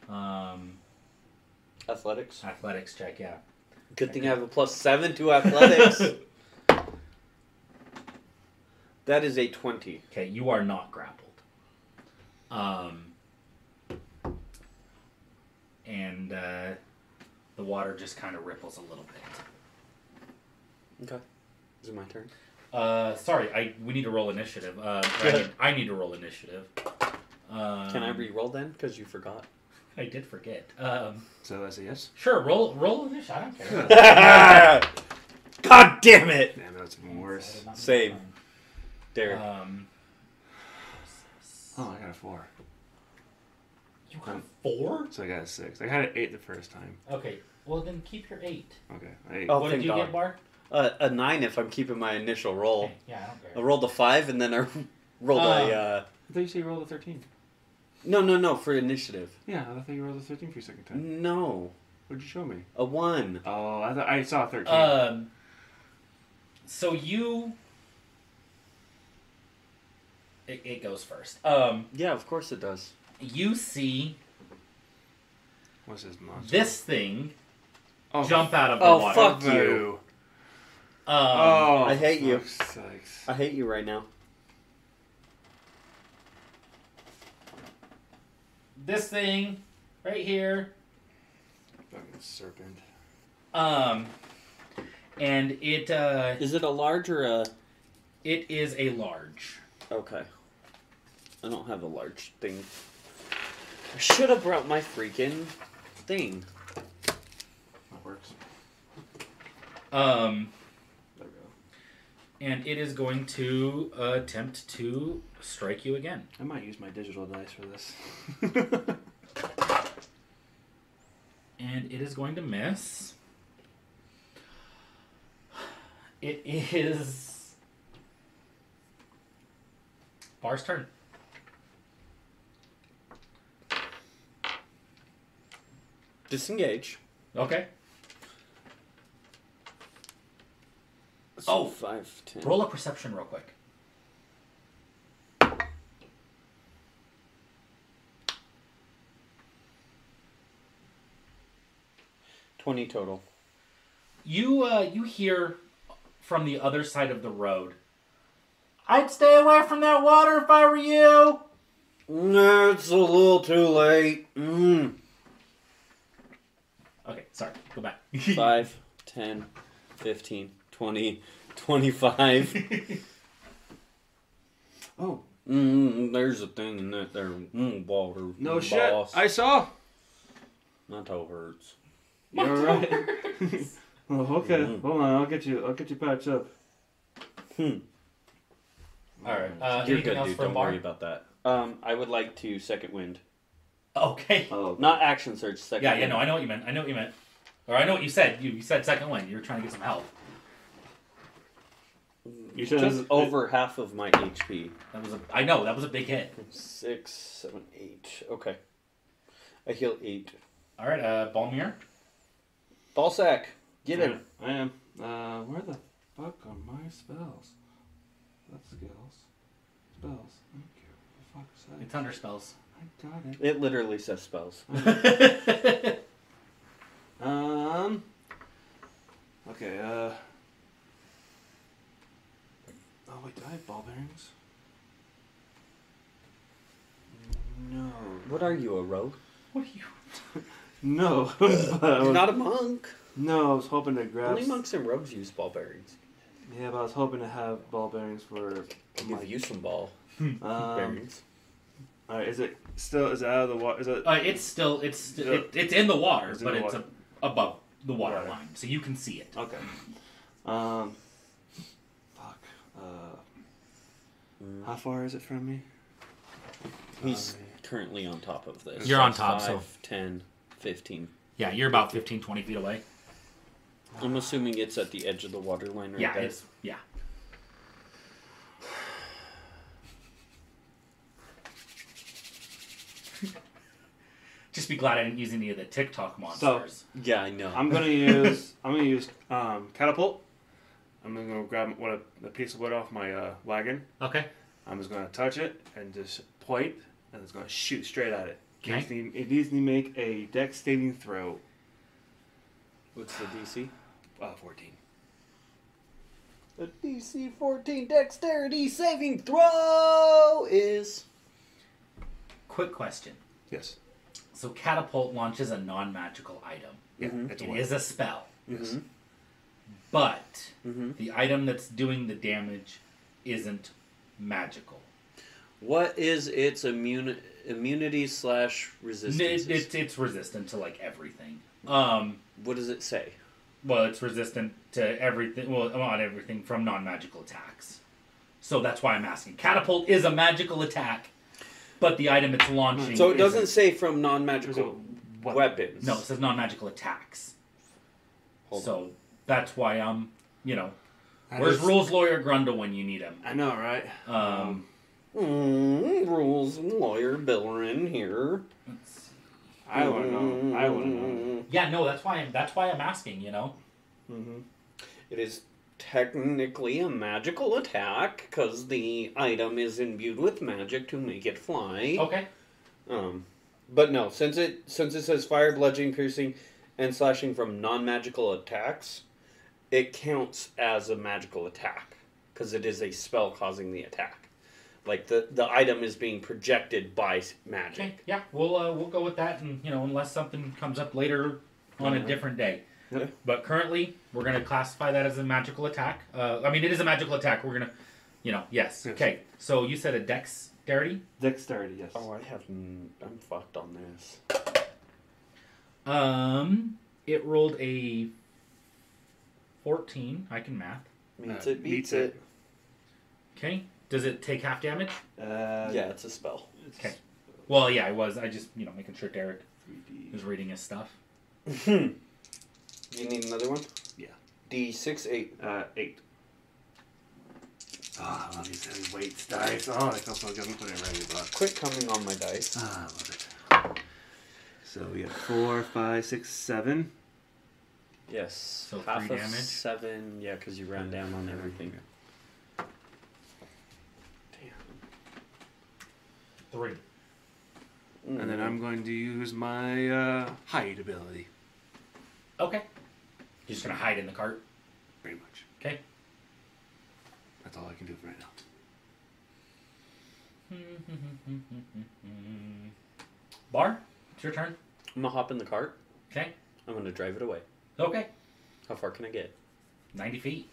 um, Athletics. athletics check. Yeah. Good thing I have a plus 7 to athletics. that is a 20. Okay, you are not grappled. Um, and uh, the water just kind of ripples a little bit. Okay. Is it my turn? Uh, sorry, I we need to roll initiative. Uh, I, need, I need to roll initiative. Um, Can I re-roll then? Because you forgot. I did forget. Um, So that's a yes. sure, roll roll initiative. I don't care. God damn it! Damn, that's even worse. Save. Derek. Um, Oh, I got a four. you got a four? So I got a six. I had an eight the first time. Okay, well then keep your eight. Okay, eight. Oh, what thank did you God. get, Bar? Uh, a nine if I'm keeping my initial roll. Okay, yeah, I don't care. I rolled a five and then I rolled Um, a. Uh, I thought you said you rolled a thirteen. no, no, no, for initiative. Yeah, I thought you rolled a thirteen for your second time. No, What'd you show me? a one. Oh, I thought I saw a thirteen. Um. So you. It, it goes first. Um, Yeah, of course it does. you see What's this monster? this thing oh, jump out of the Oh, water. fuck boo. you. Um, oh, I hate you. Sucks. I hate you right now. This thing, right here. Fucking serpent. Um, and it uh, Is it a large or a? it is a large. Okay. I don't have a large thing. I should have brought my freaking thing. That works. Um, There we and it is going to attempt to strike you again. go. I might use my digital dice for this. And it is going to miss. It is. Bar's turn. Disengage. Okay. So Oh. five, ten. Roll a perception real quick. Twenty total. You uh, you hear from the other side of the road. I'd stay away from that water if I were you. No, it's a little too late. Mm. Okay, sorry. Go back. 5, 10, 15, 20, 25. Oh Mm, there's a thing in that there mm, water. no mm, shit! boss. I saw. My toe hurts. You're right. Oh, okay, Mhm. hold on. I'll get you. I'll get you patched up. Hmm. All right. Uh, You're anything good, else dude. from Don't Bart? worry about that. Um, I would like to second wind. Okay. Oh, Not action search, second Yeah, wind. yeah, no, I know what you meant. I know what you meant. Or I know what you said. You, you said second one. You were trying to get some help. you said Just it- over half of my HP. That was a. I know that was a big hit. Six, seven, eight. Okay. I heal eight. All right, uh, Balmir. Ball sack. Get I him. am- I am. Uh, where the fuck are my spells? That's skills. Spells. I don't care. What the fuck is It's under spells. that? I got it. It literally says spells. Um. Okay. Uh. Oh wait, do I have ball bearings? No. What are you, a rogue? What are you? No. but I was- Not a monk. no, I was hoping to grab. Only s- monks and rogues use ball bearings. Yeah, but I was hoping to have ball bearings for. Give you some ball Um, bearings. all right, is it still is it out of the water? Is it? Uh, it's still. It's st- it, it's in the water, It's in but the it's water. A, above the water Water. line, so you can see it. Okay. Um. Fuck. Uh. How far is it from me? He's Um, currently on top of this. You're on So top, so- five, 10, 15. Yeah, you're about 15, 20 feet away. I'm assuming it's at the edge of the water line right yeah, there. it's yeah. Just be glad I didn't use any of the TikTok monsters. Yeah, I know. I'm gonna use I'm gonna use um, catapult. I'm gonna go grab what a, a piece of wood off my uh, wagon. okay. I'm just gonna touch it and just point, and it's gonna shoot straight at it. It Okay. needs to- It needs to make a dex saving throw. What's the DC? Uh, 14. The DC 14 dexterity saving throw is. Quick question. Yes. So catapult launches a non-magical item. Yeah. It's a It one. is a spell, Yes. Mm-hmm. but Mhm. the item that's doing the damage isn't magical. What is its immuni- immunity slash N- resistance? It, it's it's resistant to like everything. Um, what does it say? well, it's resistant to everything. Well, not everything from non-magical attacks. So that's why I'm asking. Catapult is a magical attack, but the item it's launching. So it doesn't isn't. say from non There's a magical weapon. weapons. No, it says non-magical attacks. Hold so that's why I'm. You know, I where's just- rules lawyer Grundle when you need him? I know, right? Um, Mm, rules lawyer Billerin here. Hmm, I would know. I would know. Yeah, no, that's why I'm that's why I'm asking, you know. Mm-hmm. It is technically a magical attack because the item is imbued with magic to make it fly. Okay. Um, but no, since it since it says fire, bludgeoning, piercing, and slashing from non-magical attacks, it counts as a magical attack because it is a spell causing the attack. Like the the item is being projected by s- magic. Okay. Yeah, we'll uh, we'll go with that and you know, unless something comes up later on a different day. Yeah. But currently, we're going to classify that as a magical attack. Uh, I mean, it is a magical attack. We're going to you know, yes. Yes. Okay. So you said a dexterity? Dexterity, yes. Oh, I have n- I'm fucked on this. Um it rolled a 14. I can math. Meets Uh, it, beats meets it. it. Okay. Does it take half damage? Uh, Yeah, it's a spell. it's Okay. Well, yeah, I was. I just, you know, making sure Derek 3D. was reading his stuff. you need another one. Yeah. D six eight. Uh, eight. Ah, I love these heavy weights dice. Oh, they feel so good. I'm putting it right in the box. Quit coming on my dice. Ah, I love it. So we have four, five, six, seven. Yes. So three of damage? Seven. Yeah, because you round down on everything. Three. And then I'm going to use my uh, hide ability, Okay. You're just gonna hide in the cart. pretty much. Okay. That's all I can do for right now. Bar, it's your turn. I'm gonna hop in the cart. Okay. I'm gonna drive it away. Okay. How far can I get? Ninety feet.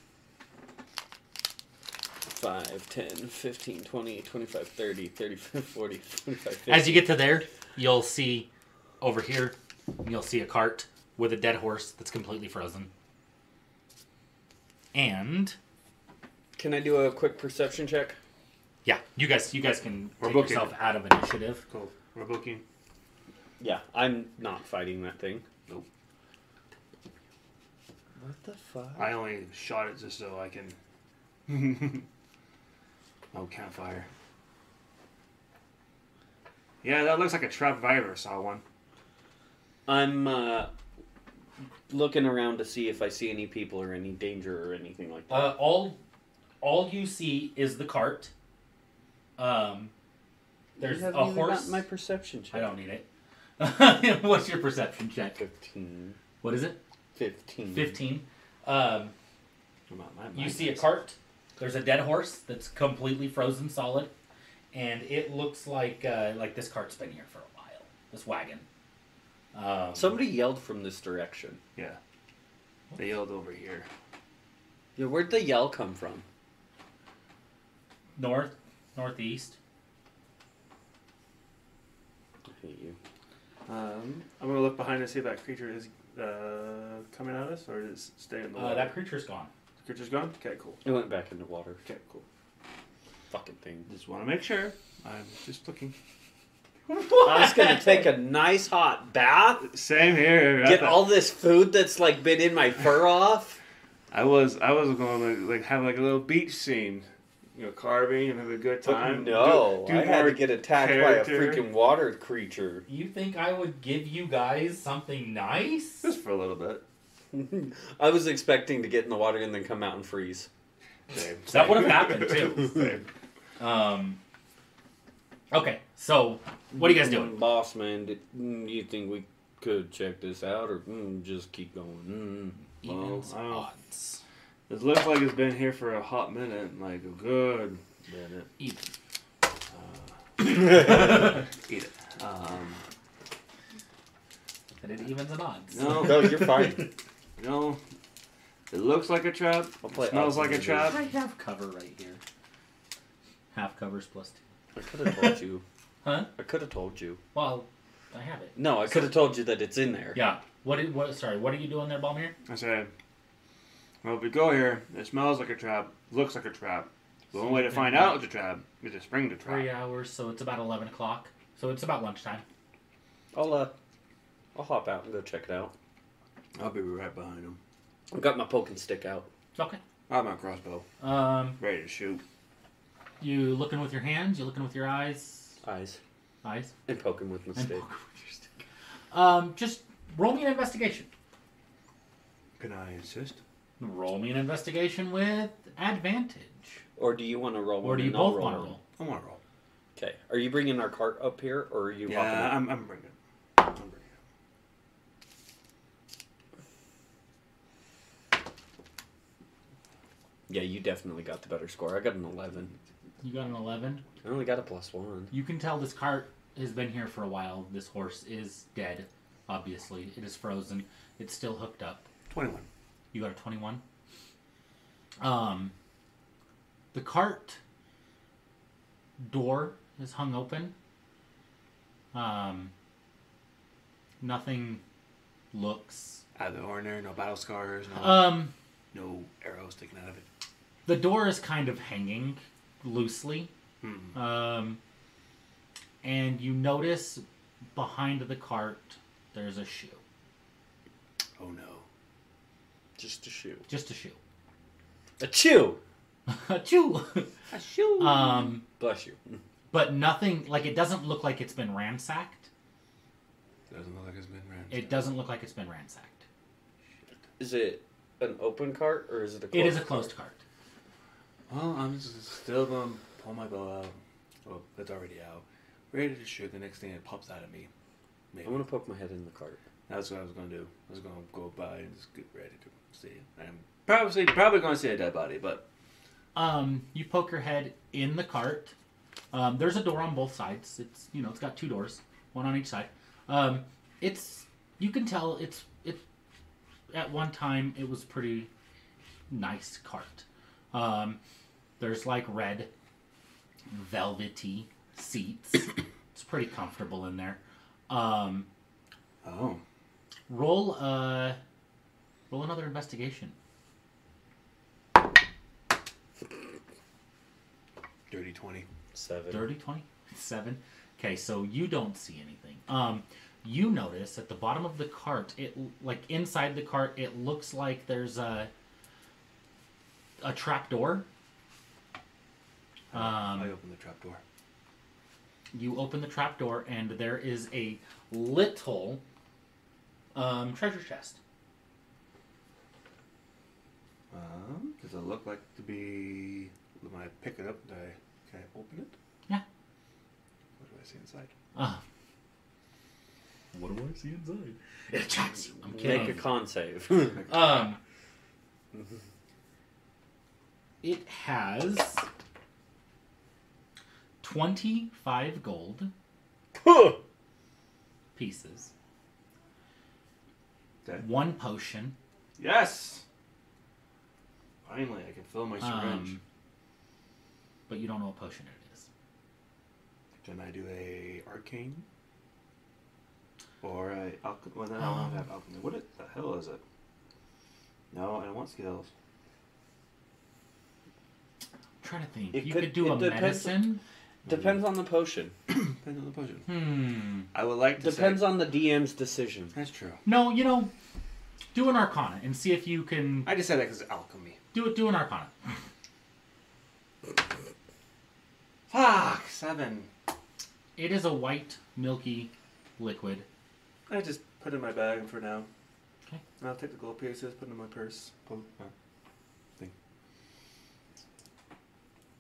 5, 10, 15, 20, 25, 30, 35, 40, 45, 50. As you get to there, you'll see over here, you'll see a cart with a dead horse that's completely frozen. And Can I do a quick perception check? yeah, you guys, you guys can We're take booking. yourself out of initiative. Cool. We're booking. Yeah, I'm not fighting that thing. Nope. What the fuck? I only shot it just so I can. oh, campfire. Yeah, that looks like a trap if I ever saw one. I'm uh, looking around to see if I see any people or any danger or anything like that. Uh, all, all you see is the cart. Um, there's You haven't a even horse. gotten my perception check. I don't need it. What's your perception check? 15. What is it? Mm-hmm. 15. 15. Um, Come on, my you mind see a is- cart. There's a dead horse that's completely frozen solid, and it looks like uh, like this cart's been here for a while. This wagon. Um, Somebody yelled from this direction. Yeah. They yelled over here. Yeah, where'd the yell come from? north, northeast. I hate you. Um, I'm gonna look behind and see if that creature is uh, coming at us or is it staying in the Uh, water. that creature's gone. The creature's gone. Okay, cool. It went back into water. Okay, cool. Fucking thing. Just want to make sure. I'm just looking. I was gonna take a nice hot bath, Same here. I get thought- all this food that's like been in my fur off. I was I was going to like have like a little beach scene, you know, carving and have a good time. no, do, do I had more to get attacked by a character. freaking water creature. You think I would give you guys something nice? just for a little bit. I was expecting to get in the water and then come out and freeze. Same. That would've happened, too. Same. Um. Okay, so what are you guys doing? Mm, boss man? Did, mm, you think we could check this out, or mm, just keep going? Mm, well, Evens, I don't- odds, It looks like it's been here for a hot minute, like a good minute. even. Uh, Eat it. Um, That it evens and odds. no, no, you're fine. no. It looks like a trap. I'll play smells like odds a and trap. I have cover right here. Half covers plus two. I could have told you. Huh? I could have told you. Well, I have it. No, I could have told you that it's in there. Yeah. What did what? Sorry. What are you doing there, Balmier? I said, well, if we go here, it smells like a trap, looks like a trap. The only way to find out it's a trap is to spring the Three trap. hours, so it's about eleven o'clock. So it's about lunchtime. I'll uh, I'll hop out and go check it out. I'll be right behind him. I've got my poking stick out. It's okay. I have my crossbow, Um, ready to shoot. you looking with your hands? You looking with your eyes? Eyes. Eyes. And poking with my And stick. poke with your stick. Um, just roll me an investigation. Can I insist? Roll me an investigation with advantage. Or do you want to roll Or one do you and I'll both want to one? roll? I want to roll. Okay. Are you bringing our cart up here, or are you hopping Yeah, up? I'm, I'm bringing it. I'm bringing it. Yeah, you definitely got the better score. I got an 11. You got an eleven. I only got a plus one. You can tell this cart has been here for a while. This horse is dead, obviously. It is frozen. It's still hooked up. 21. You got a 21. Um, the cart door is hung open. Um, nothing looks. Out of the ordinary, no battle scars, no, Um, no arrows sticking out of it. the door is kind of hanging loosely. Hmm. Um, and you notice behind the cart there's a shoe. Oh no. Just a shoe. Just a shoe. A chew! A shoe! A shoe! um, Bless you. but nothing, like, it doesn't look like it's been ransacked. Doesn't look like it's been ran. It doesn't look like it's been ransacked. Is it an open cart, or is it a closed It is a closed cart. Well, I'm s- still going to pull my bow out. Well, it's already out. Ready to shoot the next thing that pops out of me. I want to poke my head in the cart. That's what I was going to do. I was going to go by and just get ready to see. I'm probably, probably going to see a dead body, but Um, you poke your head in the cart. Um, there's a door on both sides. It's you know it's got two doors, one on each side. Um, it's you can tell it's it. At one time, it was a pretty nice cart. Um, There's like red, velvety seats. it's pretty comfortable in there. Um, Oh. roll uh, roll another investigation. Dirty 20. Seven. Dirty 20? 7? Okay, so you don't see anything. Um, you notice at the bottom of the cart, it l- like inside the cart, it looks like there's a a trap door. I Um, open the trap door. you open the trap door, and there is a little um, treasure chest. Um, does it look like to be when I pick it up? Do I, can I open it? Yeah. What do I see inside? Uh, what do I see inside? It attracts you. I'm kidding. Make a con save. Um, it has 25 gold Mm. pieces, Okay. one potion, Yes. Finally, I can fill my syringe. um, but you don't know what potion it is. can I do a arcane? Or a alchemy? Well, then I Um, won't have alchemy. What it, the hell is it? No, I don't want skills. I'm trying to think. It you could- could, do it a depends- medicine. Depends on the potion. Depends on the potion. Hmm. I would like to Depends say, on the DM's decision. That's true. No, you know, do an arcana and see if you can I just said that because alchemy. do it. Do an arcana. Fuck seven. It is a white, milky liquid. I just put it in my bag for now. Okay. And I'll take the gold pieces, put them in my purse. Pull- uh, Thing.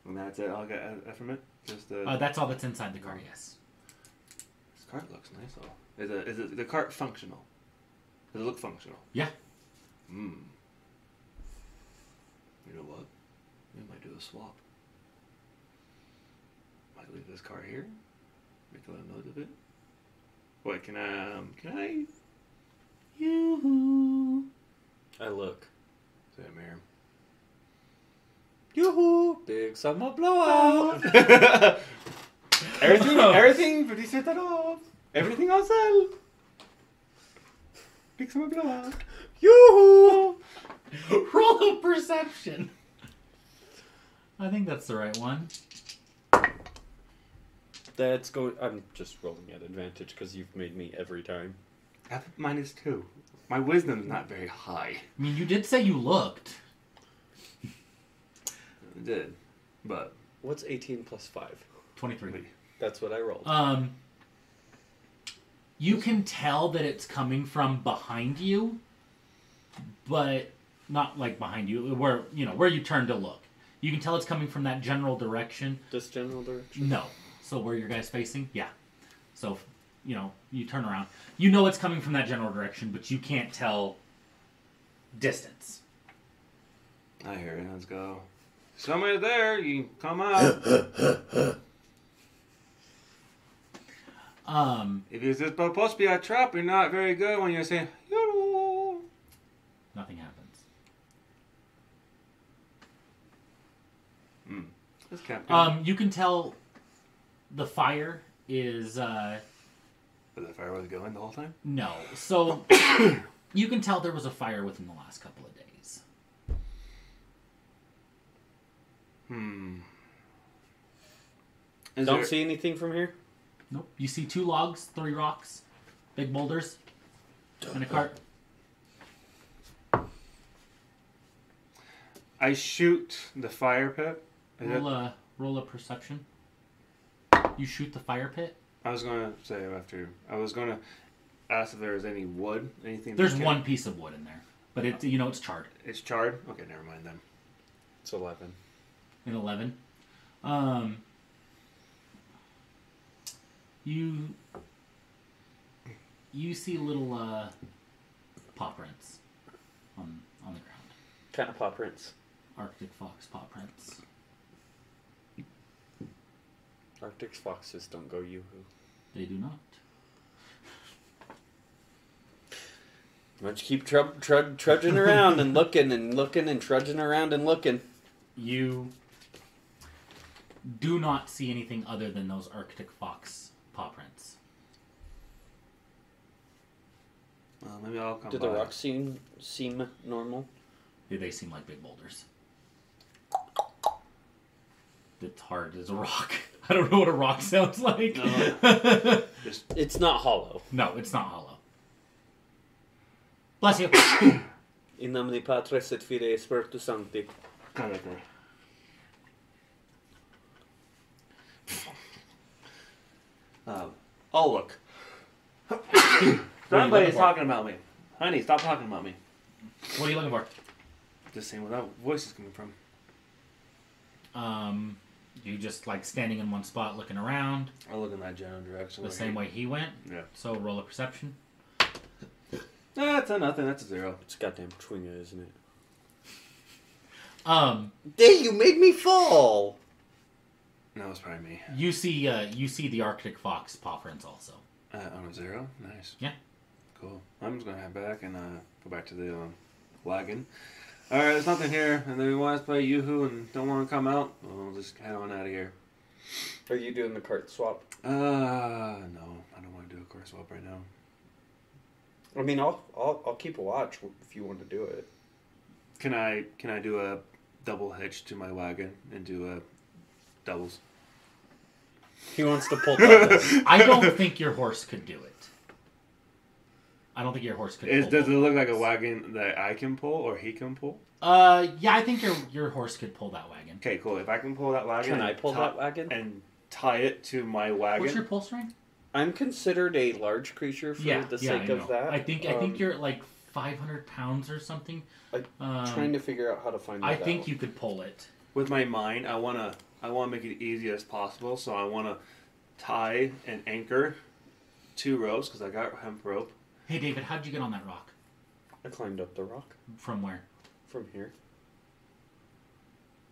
And that's it. I'll get uh, uh, from it. Just the Uh, that's all that's inside the car. Yes. this cart looks nice though. Is it is it the cart functional? Does it look functional? Yeah. Hmm. You know what? We might do a swap. Might leave this car here. Make a little note of it. Wait, can I? Um, can I? Yoo-hoo. I look. Is that a mirror? Yoo-hoo. Big summer blowout. everything, everything, pretty set that off. Everything ourselves. Big summer blowout. Yoo-hoo. Roll a perception. I think that's the right one. That's going. I'm just rolling at advantage because you've made me every time. I have minus two. My wisdom's not very high. I mean, you did say you looked. It did, but What's 18 plus 5? 23. That's what I rolled. Um, you can tell that it's coming from behind you, but not like behind you, where, you know, where you turn to look. You can tell it's coming from that general direction. Just general direction. No. So where your guy's facing? Yeah. So, you know, you turn around. You know it's coming from that general direction, but you can't tell distance. I hear it. Let's go. Somewhere there, you can come out. Um, if it's just supposed to be a trap, you're not very good when you're saying. "Yoo-hoo." nothing happens. This can't be. Um, you can tell the fire is uh, but the fire was going the whole time. no. So you can tell there was a fire within the last couple of days. Hmm. Is Don't there- see anything from here? Nope. You see two logs, three rocks, big boulders, and a cart. I shoot the fire pit. Is it- Roll a roll a perception. You shoot the fire pit. I was gonna say after. I was gonna ask if there was any wood, anything. There's that can- one piece of wood in there, but it you know it's charred. It's charred. Okay, never mind then. It's eleven. An eleven. Um. You. You see little uh, paw prints on on the ground. Kind of paw prints. Arctic fox paw prints. Arctic foxes don't go yoo-hoo. They do not. Why don't you keep trub trud trudging around and looking and looking and trudging around and looking? You do not see anything other than those Arctic fox paw prints. Uh, maybe I'll come Did by. the rocks seem seem normal? They- They seem like big boulders. It's hard as a rock. I don't know what a rock sounds like. No, Just It's not hollow. it's not hollow. Bless you. In nomine Patris et Filii et Spiritus Sancti. kind of like a- Um, oh look. Somebody's for? talking about me. Honey, stop talking about me. what are you looking for? Just saying where that voice is coming from. Um, you just like standing in one spot looking around I look in that general direction. the like, same way he went. Yeah. So roll a perception. That's Ah, a nothing. That's a zero. It's goddamn Twinga, isn't it? Um, Day, you made me fall! No, it's probably me. you see, uh, you see the Arctic fox paw prints also. Uh, on a zero. Nice. Yeah. Cool. I'm just gonna head back and uh, go back to the um, wagon. All right, there's nothing here, and then we want to play yoo-hoo and don't want to come out. We'll just head on out of here. Are you doing the cart swap? Uh, no, I don't want to do a course swap right now. I mean, I'll, I'll, I'll keep a watch if you want to do it. Can I can I do a double hitch to my wagon and do a doubles? He wants to pull Douglas. I don't think your horse could do it. I don't think your horse could. Is, pull does it both look like a wagons. wagon that I can pull or he can pull? Uh, yeah, I think your your horse could pull that wagon. Okay, cool. If I can pull that wagon, Can and I pull top- that wagon? and tie it to my wagon? What's your pull string? I'm considered a large creature for yeah, the yeah, sake I know. of that. I think I think Um, you're at like 500 pounds or something. I'm um, trying to figure out how to find. I that think out. you could pull it. with my mind i want to i want to make it easy as possible so i want to tie and anchor two ropes because i got hemp rope Hey, David, how'd you get on that rock? I climbed up the rock From where? from here.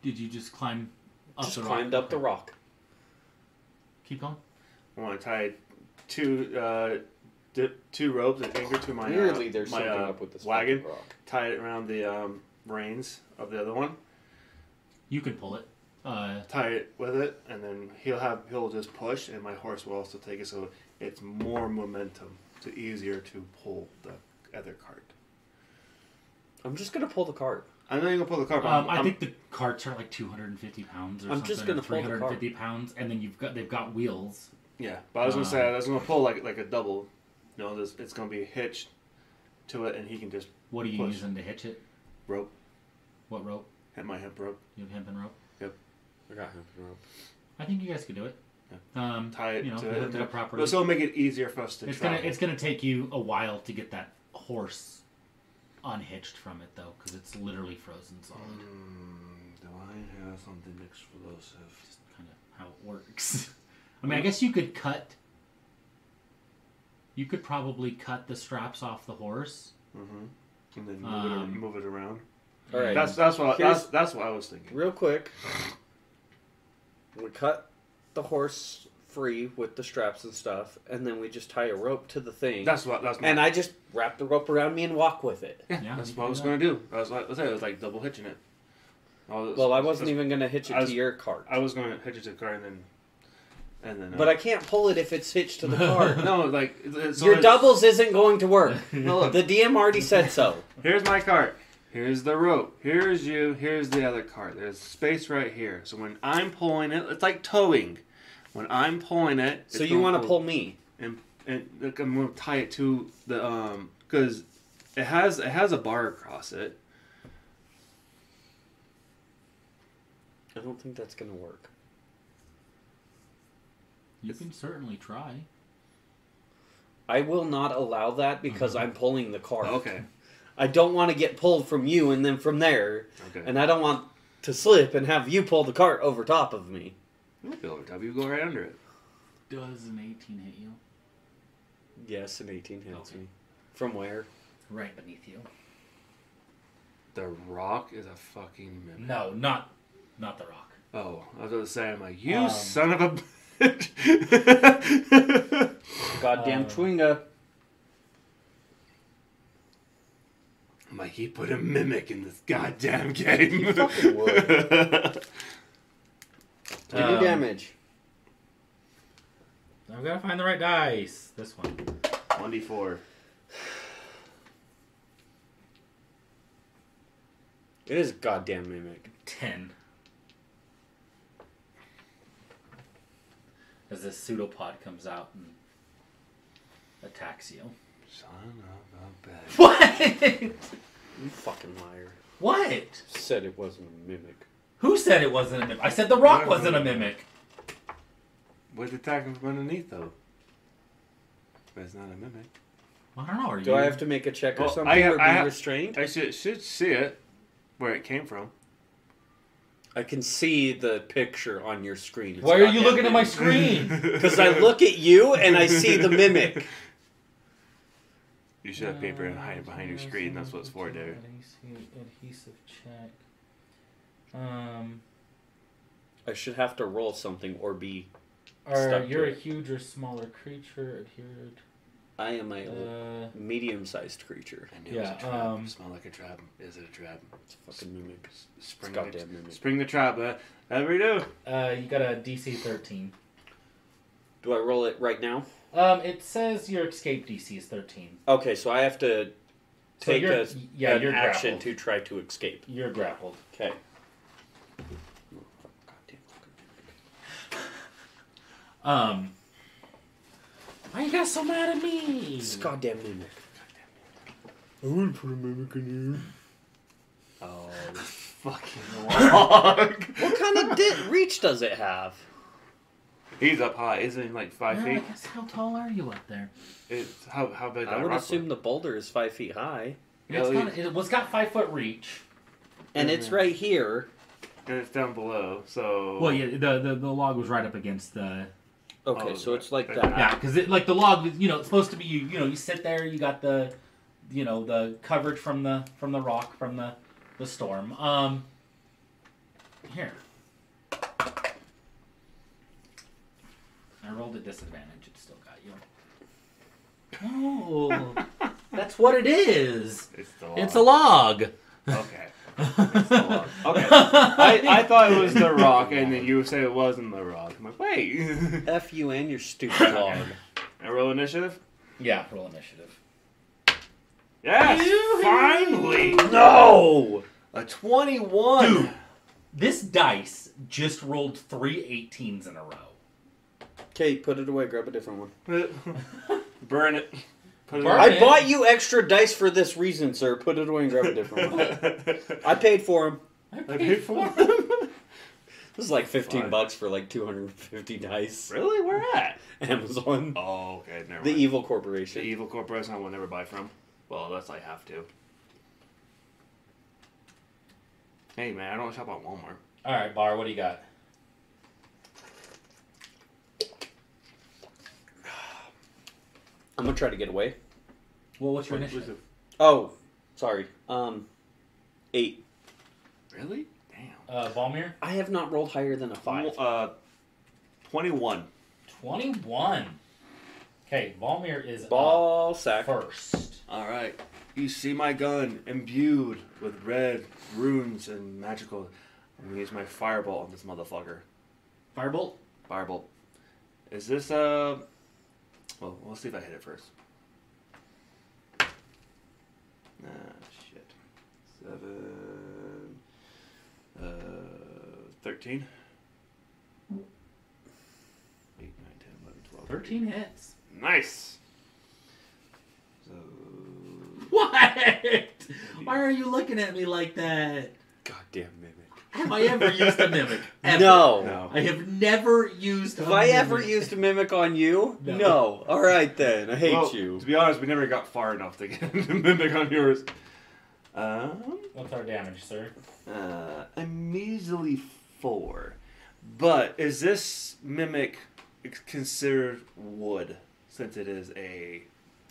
Did you just climb up Just the rock? climbed up the rock. Keep going. i want to tie two uh dip, two ropes and anchor to my uh, Clearly, there's my, something uh, up with this wagon fucking rock. tie it around the um reins of the other one You can pull it. Uh, tie it with it and then he'll have he'll just push and my horse will also take it so it's more momentum so easier to pull the other cart I'm just gonna pull the cart. i'm not even gonna pull the cart but um, I'm- I think the carts are like 250 pounds or I'm something. just or gonna pull the cart. 350 pounds, and then you've got they've got wheels. Yeah, but I was gonna say Um, I was gonna pull like like a double. You know, this, it's gonna be hitched to it, and he can just What are you Push. using to hitch it? rope What rope? hit my hip rope, You have hemp and rope. I got him. Rob. I think you guys could do it. Um, tie it you know, to if you it, hook it up properly. But so it'll make it easier for us to it's travel. gonna it's gonna take you a while to get that horse unhitched from it though, because it's literally frozen solid. Mm. do I have something explosive? Just kind of how it works. I mean, I guess you could cut. You could probably cut the straps off the horse. Mm-hmm. And then move, Um, it, move it around. All right. That's that's what Here's- that's that's what I was thinking. Real quick, we cut the horse free with the straps and stuff, and then we just tie a rope to the thing. That's what that's my, and I just wrap the rope around me and walk with it. yeah, Yeah, that's you what I can was do gonna do. I was like, I was, I was like double hitching it. All this- Well, I wasn't this- even gonna hitch it I was- to your cart, I was gonna hitch it to the car and then and then. uh, but I can't pull it if it's hitched to the cart. no like it's- it's- Your so- doubles isn't going to work. No, look, The DM already said so. Here's my cart. Here's the rope. Here's you. Here's the other cart. There's space right here. So when I'm pulling it, it's like towing. When I'm pulling it, So it's you gonna want to pull me? and and look, I'm gonna tie it to the um because it has it has a bar across it. I don't think that's gonna work. You can certainly try. I will not allow that because I'm pulling the cart. Uh-huh. Okay. I don't want to get pulled from you and then from there, Okay. and I don't want to slip and have you pull the cart over top of me. You won't be over top. You go right under it. Does an 18 hit you? Yes, an 18 hits Okay. me. From where? Right beneath you. The rock is a fucking mimic. No, not not the rock. Oh, I was gonna say I'm like you Um, son of a bitch. Goddamn Uh, Twinga. I'm like he put a mimic in this goddamn game. He fucking would. Do you do Um, damage? I've got to find the right dice. This one. 1d4. It is a goddamn mimic. 10. As this pseudopod comes out and attacks you. Son of a bitch. What? You fucking liar. what? Said it wasn't a mimic. Who said it wasn't a mimic? I said the rock wasn't a mimic. What's attacking from underneath, though? But it's not a mimic. I don't know. Are Do you... I have to make a check or Well, something I ha- or be I ha- restrained? I should, should see it, where it came from. I can see the picture on your screen. Why are you looking at my screen? Because I look at you and I see the mimic. You should have paper and hide it behind your screen. That's what it's for, dude. Adhesive check. Um, I should have to roll something or be. or Stuck to you're a it. huge or smaller creature adhered. I am a Uh, medium-sized creature. I knew it Yeah, was a trap. um, Smell like a trap. Is it a trap? It's a fucking mimic. S- Spring, goddamn the, mimic. spring the trap, uh, whatever you do. uh, you got a DC 13. Do I roll it right now? Um, it says your escape DC is thirteen. Okay, so I have to So take you're, a, yeah, an you're action grappled. to try to escape. You're grappled. Okay. Um, why you guys so mad at me? It's goddamn mimic. I wouldn't put a mimic in here. Oh, fucking log. What kind of di- reach does it have? He's up high, isn't he? Like five Well, I feet. guess how tall are you up there? It's how how big that I would rock assume was? the boulder is five feet high, Yeah, it's like- not, it was got five foot reach. and it's right here. and it's down below. So Well, yeah, the, the the log was right up against the Okay, Oh, so it's like okay. that. yeah, because like the log, was- you know, it's supposed to be you. You know, you sit there, you got the, you know, the coverage from the from the rock from the the storm. Um, here. I rolled a disadvantage. It still got you. No, Oh, that's what it is. it's the log. It's a log. Okay. okay. Okay. I, I thought it was the rock, and then you say it wasn't the rock. I'm like, wait. F you and your stupid log. I roll initiative. Yeah, roll initiative. Yes. Yoo-hoo. Finally. No! A twenty-one. Dude. This dice just rolled three 18s in a row. Okay, put it away. Grab a different one. Burn it. Put Burn it away. it. I bought you extra dice for this reason, sir. Put it away and grab a different one. I paid for them. I paid for it. This is like 15 Fine. bucks for like 250 dice. Really? Where at? Amazon. Oh, okay. Never The mind. evil the E- corporation. evil corporation I will never buy from. Well, unless I have to. Hey, man, I don't shop at Walmart. All right, Bar, what do you got? I'm gonna try to get away. Well, what's your What- initiative? Oh, sorry. Um, eight. Really? Damn. Uh, Balmir? I have not rolled higher than a five. Uh, 21. 21. Okay, Valmir is Ball up sack. first. All right. You see my gun imbued with red runes and magical. I'm gonna use my fireball on this motherfucker. Firebolt? Firebolt. Is this uh? Well, we'll see if I hit it first. Ah, shit. Seven. Uh, thirteen. Eight, nine, ten, eleven, twelve. 13 hits. Nice. So. What? Why are you looking at me like that? Goddamn mimic. Have I ever used a mimic? Ever. No. No. I have never used a Have I mimic. ever used a mimic on you? No. No. All right then. I hate Well, you. To be honest, we never got far enough to get the mimic on yours. Um. What's our damage, sir? Uh, a measly four. But is this mimic ex- considered wood? Since it is a,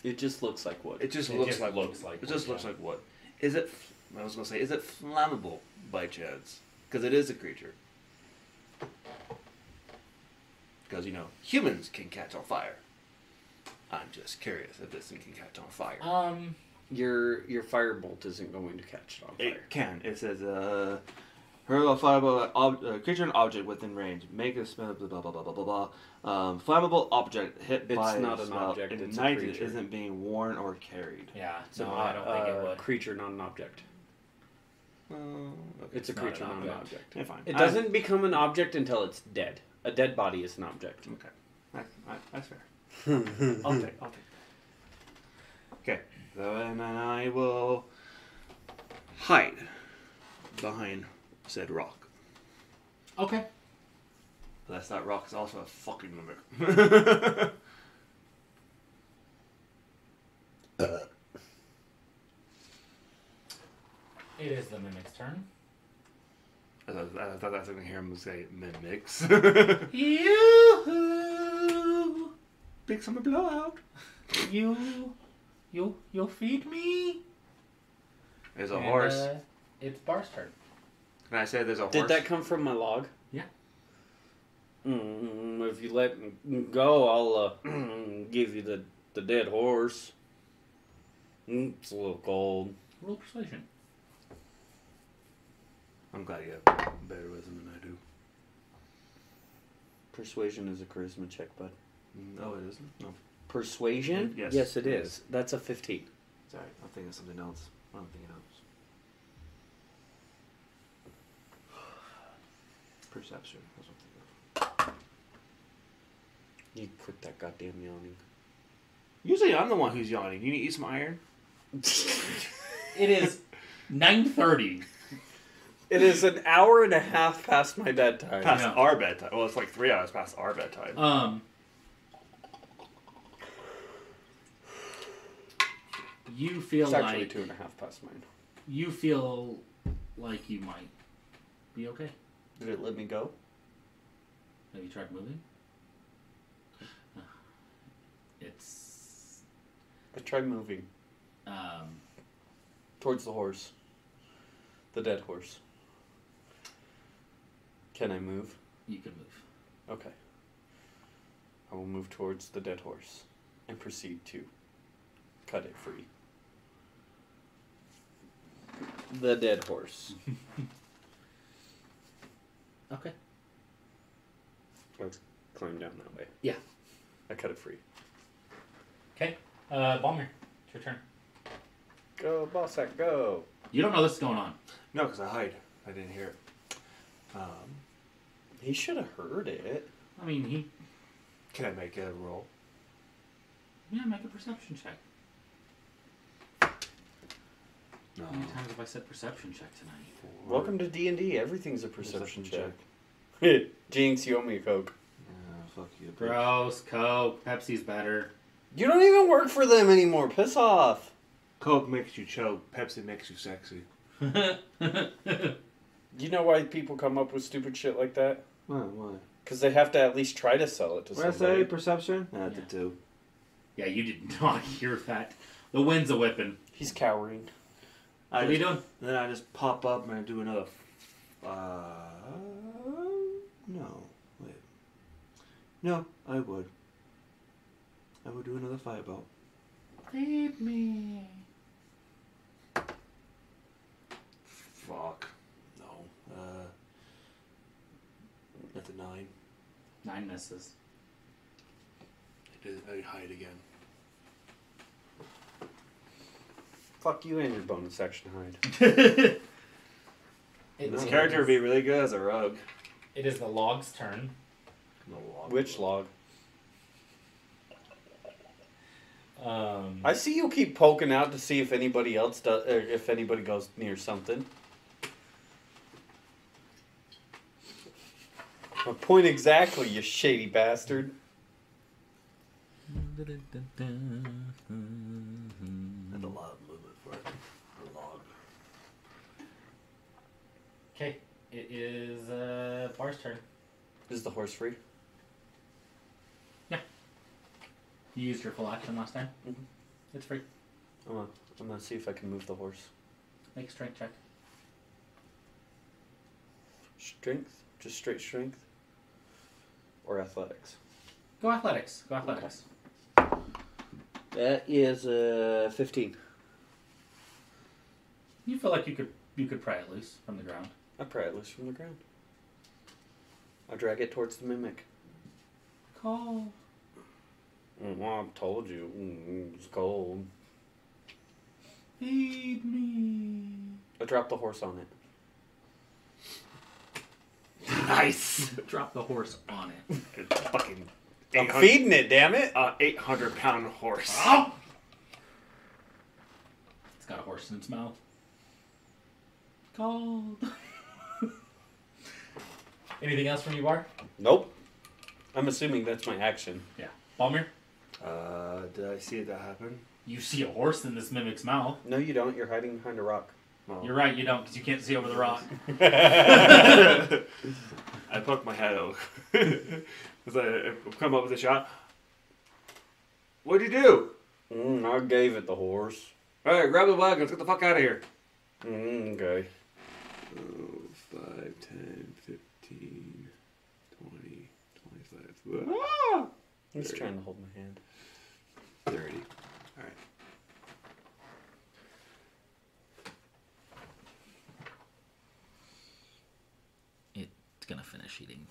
It just looks like wood. it just It looks just like looks like it just wood, looks yeah. like wood. Is it? f- I was gonna say, is it flammable by chance? Because it is a creature. Because you know humans can catch on fire. I'm just curious if this thing can catch on fire. Um, Your your firebolt isn't going to catch it on fire. It can. It says, uh, Hurl a flammable ob- uh, creature and object within range. Make a spell. Blah blah blah blah blah blah. blah. Um, flammable object hit It's by not a an spell object, it's a ignited creature. isn't being worn or carried. Yeah, It's no, not I don't think a it would. Uh, creature, not an object. Well, It's a It's not an creature, not an object. object. yeah, fine. It doesn't become an object until it's dead. A dead body is an object. I, I, that's fair. I'll take. I'll take. Then I will hide behind said rock. Okay. That's that rock is also a fucking limit. It is the mimic's turn. I thought, I thought I was going to hear him say mimics. You, Big summer blowout. you, you, you feed me. There's a And, horse. uh, it's Bar's turn. Can I say there's a horse? Did that come from my log? Yeah. Mm, if you let me go, I'll uh, give you the, the dead horse. Mm, it's a little cold. Roll persuasion. I'm glad you have better with him than I do. Persuasion is a charisma check, bud. No, it isn't. No. Persuasion? Yes. Yes, it is. That's a 15. Sorry, I'm thinking of something else. I'm thinking of perception. That's what I'm thinking of. You quit that goddamn yawning. Usually I'm the one who's yawning. You need to eat some iron? It is nine thirty. It is an hour and a half past my bedtime. Past know. our bedtime. Well, it's like three hours past our bedtime. Um, you feel It's actually like two and a half past mine. you feel like you might be okay. Did it let me go? Have you tried moving? Uh, It's I tried moving um, towards the horse. The dead horse. Can I move? you can move. Okay. I will move towards the dead horse and proceed to cut it free. The dead horse. Okay. Let's climb down that way. Yeah. I cut it free. Okay. Uh, Balmer, it's your turn. Go, Bossack, go. You don't know this is going on. No, because I hide. I didn't hear it. Um, He should have heard it. I mean, he can I make a roll? yeah, make a perception check. No. How many times have I said perception check tonight? Welcome to D and D. Everything's a perception, Perception check. Jinx, you owe me a coke. Yeah, fuck you, bro. Gross. Coke. Pepsi's better. You don't even work for them anymore. Piss off. Coke makes you choke. Pepsi makes you sexy. You know why people come up with stupid shit like that? Why? Why? Because they have to at least try to sell it to What I somebody. say? Perception. That's Yeah. a two. yeah, you did not hear that. The wind's a whipping. He's cowering. What I are you just- doing? Then I just pop up and I do another. f- Uh, no, wait. No, I would. I would do another firebolt. Feed me. Fuck. No. Uh, that's a nine. Nine misses. I, did, I hide again. Fuck you and your bonus action hide. it, This character would be really good as a rogue. it is the log's turn. Which log? Um, I see you keep poking out to see if anybody else does, or if anybody goes near something. My point exactly, you shady bastard. That's a lot of movement for a log. Okay, it is uh, Bar's turn. Is the horse free? You used your full action last time. Mhm. Mm-hmm. It's free. I'm gonna, I'm gonna see if I can move the horse. Make a strength check. Strength? Just straight strength? Or athletics? Go athletics. Go athletics. That is uh, 15. You feel like you could you could pry it loose from the ground. I pry it loose from the ground. I drag it towards the mimic. Call. Mm, Well, I told you, mm, it's cold. Feed me. I drop the horse on it. Nice. Drop the horse on it. Good fucking I'm 800, feeding it, damn it! uh, 800 pound horse. Ah. It's got a horse in its mouth. Cold. Anything else from you, Bar? Nope. I'm assuming that's my action. Yeah. Balmer, Uh, did I see that happen? you see a horse in this mimic's mouth. No, you don't. You're hiding behind a rock. Well, You're right, you don't, because you can't see over the rock. I poked my head out. Because I come up with a shot. What'd you do? Mm, I gave it the horse. All right, grab the wagon. Let's get the fuck out of here. Mm, okay. Oh, 5, 10, 15, 20, 25, ah! He's trying to hold my hand. 30. All right. It's gonna finish eating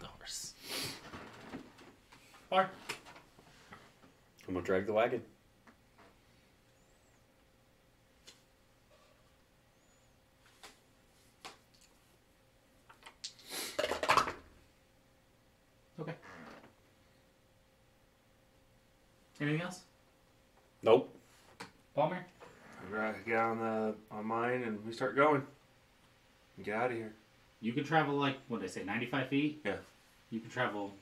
the horse. Bar, I'm gonna drag the wagon. Okay. Anything else? Nope. Palmer? I gra- Get on the on mine and we start going. Get out of here. You can travel like, what did I say, 95 feet? Yeah. You can travel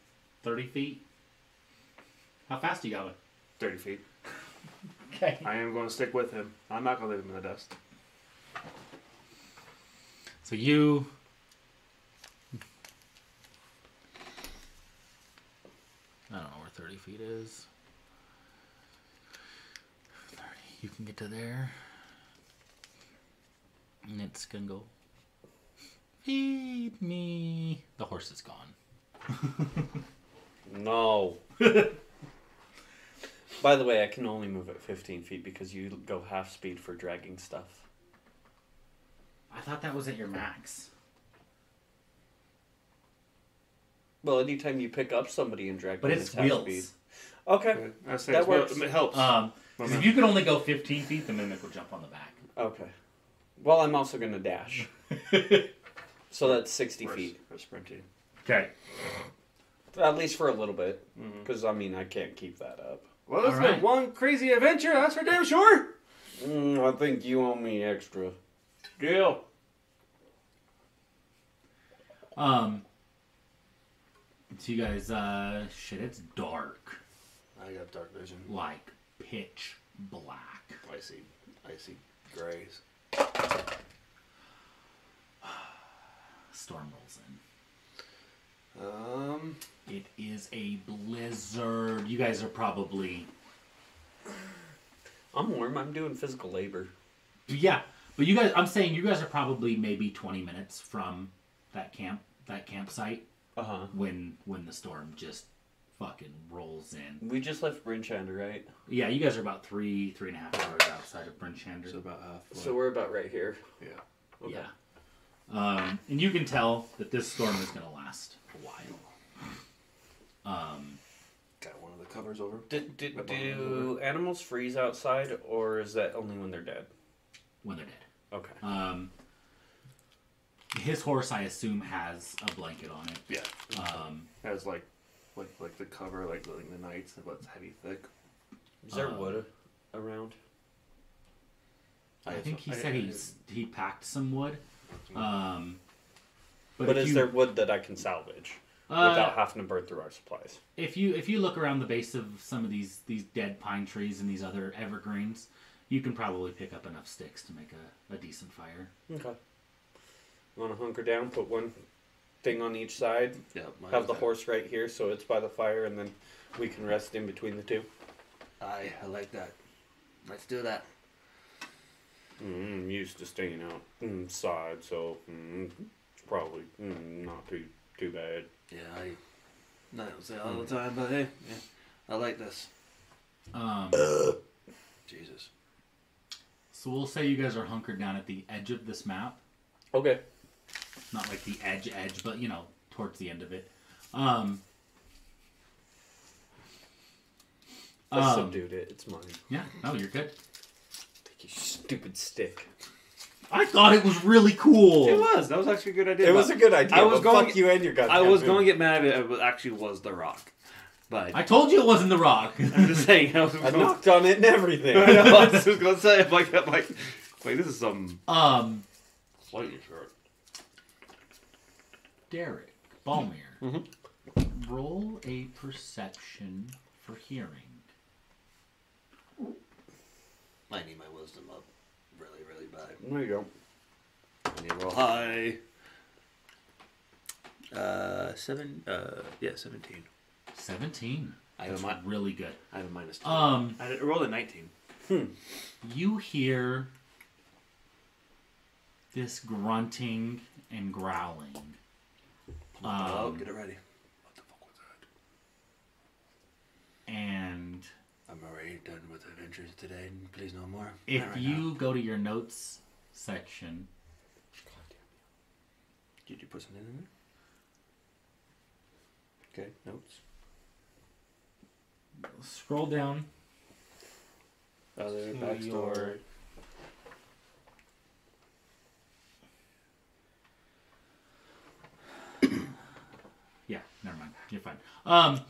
30 feet. How fast are you going? 30 feet. Okay. I am going to stick with him. I'm not going to leave him in the dust. So you. I don't know where 30 feet is. 30. You can get to there. And it's gonna go. Feed me. The horse is gone. No. By the way, I can only move at 15 feet because you go half speed for dragging stuff. I thought that was at your max. Well, anytime you pick up somebody and drag But them, it's half wheels. Okay. I say That it's well- works. It helps. Um, 'cause Well, if you could only go 15 feet, the mimic would jump on the back. Okay. Well, I'm also going to dash. so that's 60 we're, feet. we're sprinting. Okay. At least for a little bit. Because, I mean, I can't keep that up. Well, it's All been right. one crazy adventure. That's for damn sure. Mm, I think you owe me extra. Deal. Um. So you guys, uh, shit, it's dark. I got dark vision. like pitch black. I see. I see grays. Storm rolls in. Um. It is a blizzard. You guys are probably I'm warm. I'm doing physical labor. yeah, but you guys, I'm saying you guys are probably maybe 20 minutes from that camp, that campsite Uh huh. when when the storm just fucking rolls in. We just left Brinchander, right? Yeah, you guys are about three three and a half hours outside of Brinchander. So about half. So we're about right here. yeah. Yeah. Um, and you can tell that this storm is gonna last a while. Got one of the covers over. Do, do, do animals freeze outside, or is that only when they're dead? when they're dead. Okay. Um, his horse, I assume, has a blanket on it. Yeah. Um, Has like, like, like the cover, like, like the knights, and what's heavy, thick. Is there um, wood around? I, guess think so. he I- said I- he's he packed some wood. Um, but But, if is you, there wood that I can salvage without Uh, having to burn through our supplies? if you if you look around the base of some of these these dead pine trees and these other evergreens, you can probably pick up enough sticks to make a, a decent fire. Okay. Want to hunker down? Put one thing on each side. Yeah. mine Have is the that. horse right here, so it's by the fire, and then we can rest in between the two. Aye, I like that. Let's do that. Mm, I'm used to staying out inside, so mm, it's probably mm, not too too bad. Yeah. I. No, I don't say it all the time, but hey, yeah, I like this. Um, Jesus. so we'll say you guys are hunkered down at the edge of this map. Okay. not like the edge edge, but you know, towards the end of it. Um, I um, subdued it. It's mine. yeah, no, you're good. Take your stupid stick. I thought it was really cool. It was. That was actually a good idea. It was a but good idea. I was but going- Fuck you and your goddamn. I was moon. going to get mad if it was- actually was The Rock. But I told you it wasn't the rock. I'm just saying. I was I going to knocked on it and everything. I know, I was just gonna say, I'm like, I'm like, wait, this is some um, slightly short. Derek Balmier, Mm-hmm. roll a perception for hearing. I need my wisdom up really, really bad. There you go. I need to roll high. Uh, seven. Uh, yeah, seventeen. Seventeen. I That's have a mi- really good. I have a minus two. Um, I did- I rolled a nineteen. you hear this grunting and growling. oh, Um, get it ready. What the fuck was that? and I'm already done with adventures today. and Please, no more. if Not right now. you go to your notes section, did, you put something in there? Okay, notes. scroll down. Other Oh, To your- backstory. Yeah, never mind. You're fine. Um,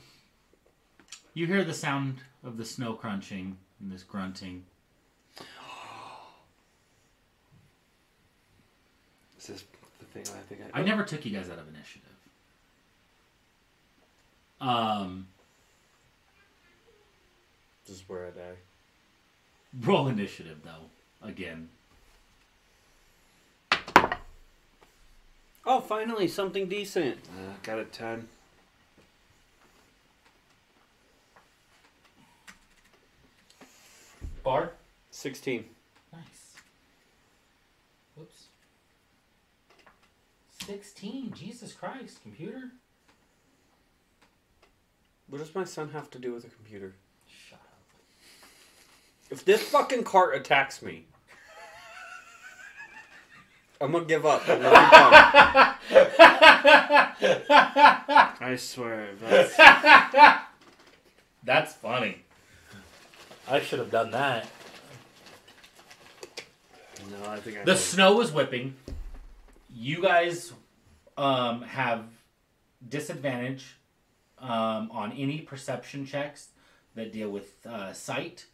you hear the sound of the snow crunching and this grunting. Is this the thing I think I? I never took you guys out of initiative. Um, This is where I die. roll initiative though. Again, Oh, finally something decent. Uh, got a ten. Bard. Sixteen. Nice. Whoops. 16. Jesus Christ, computer. What does my son have to do with a computer? Shut up. If this fucking cart attacks me, I'm gonna give up. I'm gonna keep going. I swear, that's That's funny. I should have done that. No, I think I. The snow is whipping. You guys um, have disadvantage um, on any perception checks that deal with uh, sight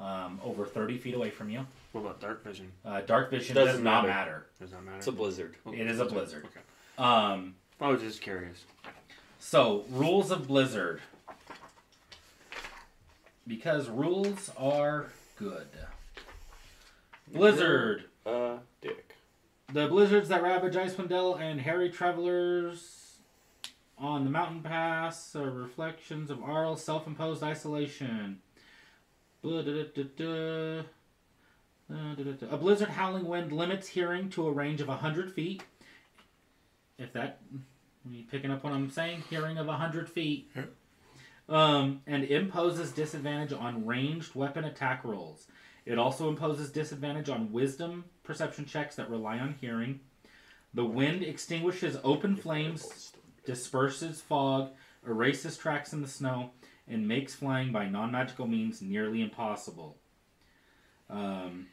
um, over 30 feet away from you. What about dark vision? Uh, dark vision Doesn't does not matter. matter. Does that matter? it's a blizzard. It is a blizzard. Okay. Um, I was just curious. So, rules of Blizzard. Because rules are good. Blizzard. Uh, dick. The blizzards that ravage Icewind Dale and harry travelers on the mountain pass are reflections of Arl's self-imposed isolation. Blah, da, da, da, da. Uh, da, da, da. A blizzard howling wind limits hearing to a range of 100 feet. If that. You picking up what I'm saying? Hearing of 100 feet. Um, and imposes disadvantage on ranged weapon attack rolls. It also imposes disadvantage on wisdom perception checks that rely on hearing. The wind extinguishes open flames, disperses fog, erases tracks in the snow, and makes flying by non magical means nearly impossible. Um,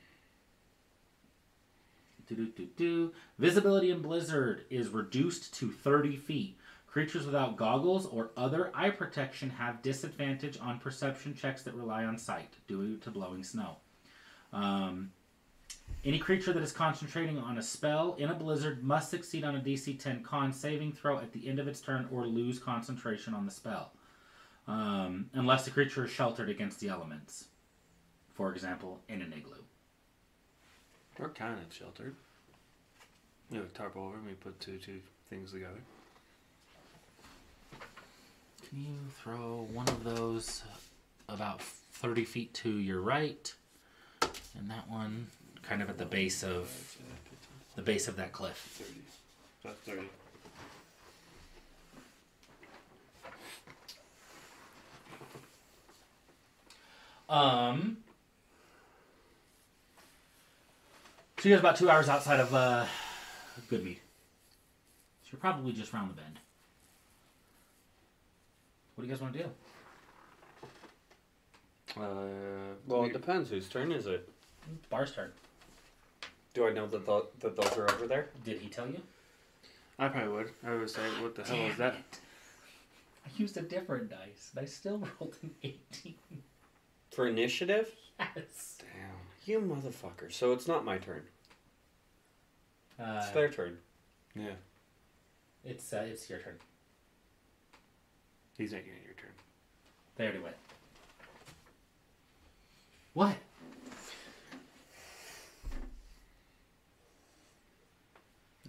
doo-doo-doo-doo. Visibility in Blizzard is reduced to 30 feet. Creatures without goggles or other eye protection have disadvantage on perception checks that rely on sight due to blowing snow. Um, any creature that is concentrating on a spell in a blizzard must succeed on a DC 10 con saving throw at the end of its turn or lose concentration on the spell, um, unless the creature is sheltered against the elements. For example, in an igloo. We're kind of sheltered. We have a tarp over and we put two two things together. Can you throw one of those about 30 feet to your right? And that one kind of at the base of the base of that cliff. That's thirty. Um So you guys about two hours outside of uh Goodmead. So you're probably just round the bend. What do you guys want to do? Uh, Well, we- it depends. Whose turn is it? It's Bar's turn. Do I know that, th that those are over there? Did he tell you? I probably would. I would say, what the hell Oh, is that? I used a different dice, and I still rolled an 18. For initiative? Yes. Damn. You motherfucker. So it's not my turn. Uh, It's their turn. Yeah, it's uh, it's your turn. he's not getting your turn. They already went. What?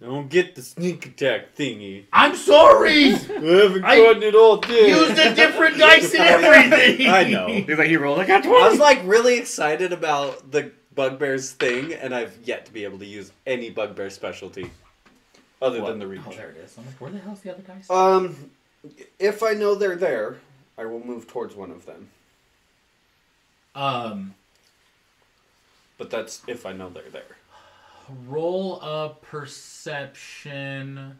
I don't get the sneak attack thingy. I'm sorry. I haven't I gotten it all day. a different dice in everything. I know. He's like, he rolled. I got I twenty. was like really excited about the bugbear's thing, and I've yet to be able to use any bugbear specialty other than the reach. Oh, there it is. I'm like, where the hell's the other dice? Um, if I know they're there, I will move towards one of them. Um, But that's if I know they're there. roll a perception.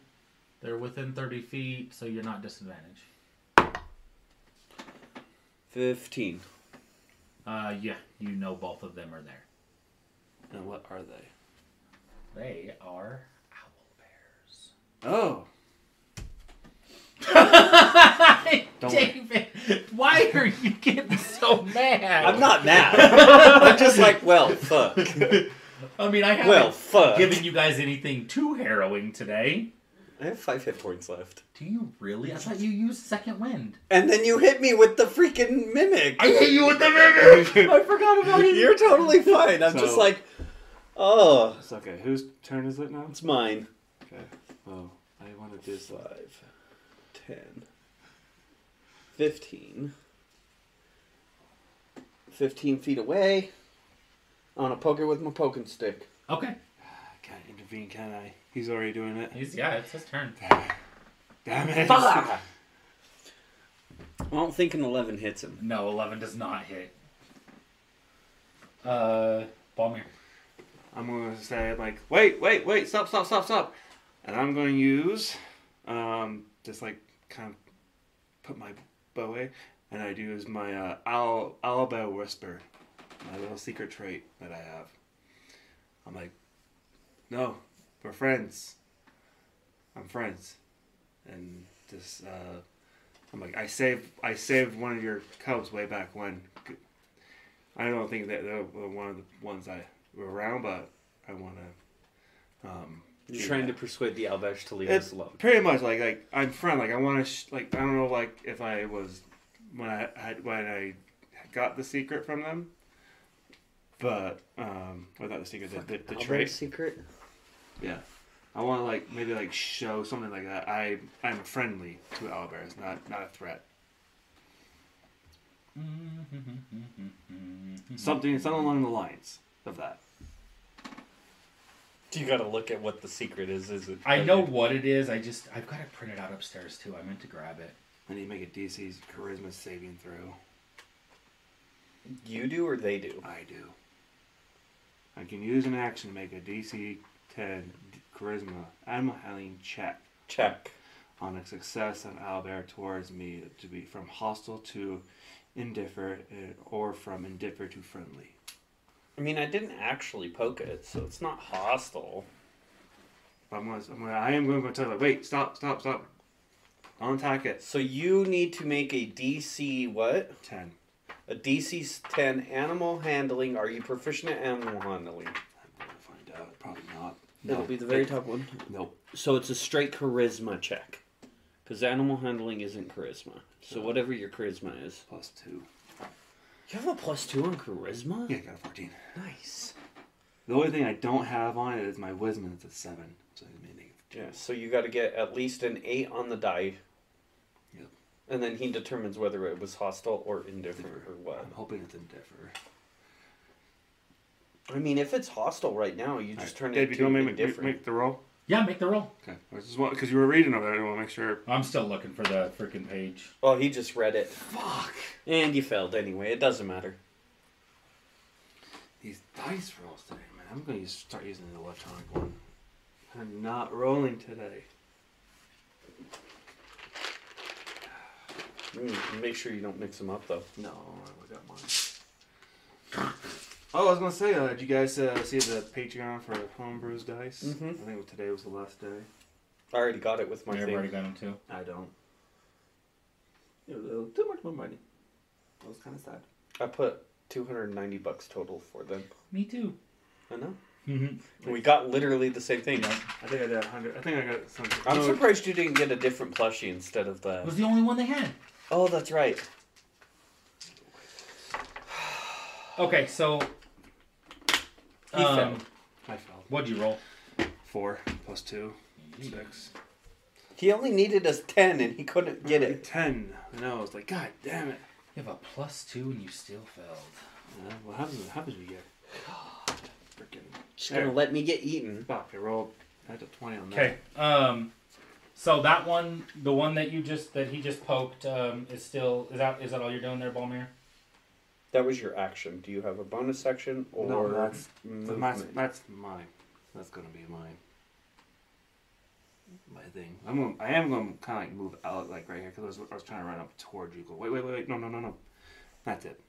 They're within 30 feet, so you're not disadvantaged. Fifteen. Uh, yeah, you know both of them are there. And what are they? They are owl bears. Oh, Don't worry. David, why are you getting so mad? I'm not mad. I'm just like, well, fuck. I mean, I haven't Well, uh, fuck. given you guys anything too harrowing today. I have five hit points left. Do you really? I thought you used second wind. And then you hit me with the freaking mimic. hit you with the mimic. I forgot about it. You're totally fine. I'm just So- like, oh, it's okay. Whose turn is it now? it's mine. Okay. Oh, I want to do this. Five, ten, fifteen. Fifteen feet away. I'm gonna poke it with my poking stick. Okay, I can't intervene, can I? He's already doing it. he's yeah, it's his turn. Damn it! Bah! I don't think an 11 hits him. No, eleven does not hit. Uh, Balmir. I'm gonna say like, wait, wait, wait, stop, stop, stop, stop, and I'm gonna use, um, just like kind of put my bow away, and I do use my uh, owl owl bow whisper, my little secret trait that I have. I'm like, no, we're friends. I'm friends, and this uh, I'm like, I saved I saved one of your cubs way back when. I don't think that they're one of the ones I were around, but I want to. Um, You're trying to persuade the Alvesh to leave It's us alone. pretty much like like I'm friend. Like I want to sh- like I don't know like if I was when I had when I got the secret from them, but um, well not the secret the, the, the Alvesh trait. secret? Yeah, I want to like maybe like show something like that. I I'm friendly to owlbears, not not a threat. Something something along the lines of that. You gotta look at what the secret is, is it? I know what it is. I just I've got it printed out upstairs too. I meant to grab it. I need to make a DC's charisma saving throw. You do or they do? I do. I can use an action to make a DC 10 charisma animal handling check Check. on a success on Albert towards me to be from hostile to indifferent eh, or from indifferent to friendly. I mean, I didn't actually poke it, so it's not hostile. But I'm gonna, I'm gonna, I am going to tell you, like, wait, stop, stop, stop. Don't attack it. So you need to make a DC what? 10. A DC 10 animal handling. Are you proficient at animal handling? I'm going to find out. Probably not. That'll be the very top one. Nope. So it's a straight charisma check. Because animal handling isn't charisma. So whatever your charisma is. Plus 2. You have a plus two on charisma? Yeah, I got a 14. Nice. The only thing I don't have on it is my wisdom, and it's a 7. So it's meaning. Yeah, so you got to get at least an eight on the die. Yep. And then he determines whether it was hostile or indifferent or what. I'm hoping it's indifferent. I mean, if it's hostile right now, you just turn Dave, it you to don't make, make, indifferent. make the roll. Yeah, make the roll. Okay, I just want because you were reading over there. I want to make sure. I'm still looking for the freaking page. Oh, he just read it. Fuck. And you failed anyway. It doesn't matter. These dice rolls today, man. I'm going to start using the electronic one. I'm not rolling today. Mm, Make sure you don't mix them up though. No, I got mine. Oh, I was gonna say, uh, did you guys uh, see the Patreon for Homebrews Dice? Mhm. I think today was the last day. I already got it with my I've thing. already got them too. I don't. It was a little too much more money. I was kind of sad. I put 290 bucks total for them. Me too. I know. Mhm. We got literally the same thing. I think I did 100. I think I got something. I'm surprised you didn't get a different plushie instead of It the. was the only one they had. Oh, that's right. Okay, so. He Um, I fell. what'd you roll? Four plus two, six. He only needed us 10 and he couldn't get it. Ten. I know. I was like, God damn it. You have a plus two and you still failed. Uh, what happens? What happens when you get? Freaking. She's gonna let me get eaten. Fuck! I rolled. I had a twenty on that. Okay. Um, so that one, the one that you just that he just poked, um, is still is that is that all you're doing there, Balmir? That was your action. Do you have a bonus action or No, that's- So that's, movement? that's my. That's gonna be my. My thing. I'm gonna. I am gonna kind of like move out like right here because I was, I was trying to run up towards you. Go wait, wait, wait, wait. No, no, no, no. That's it.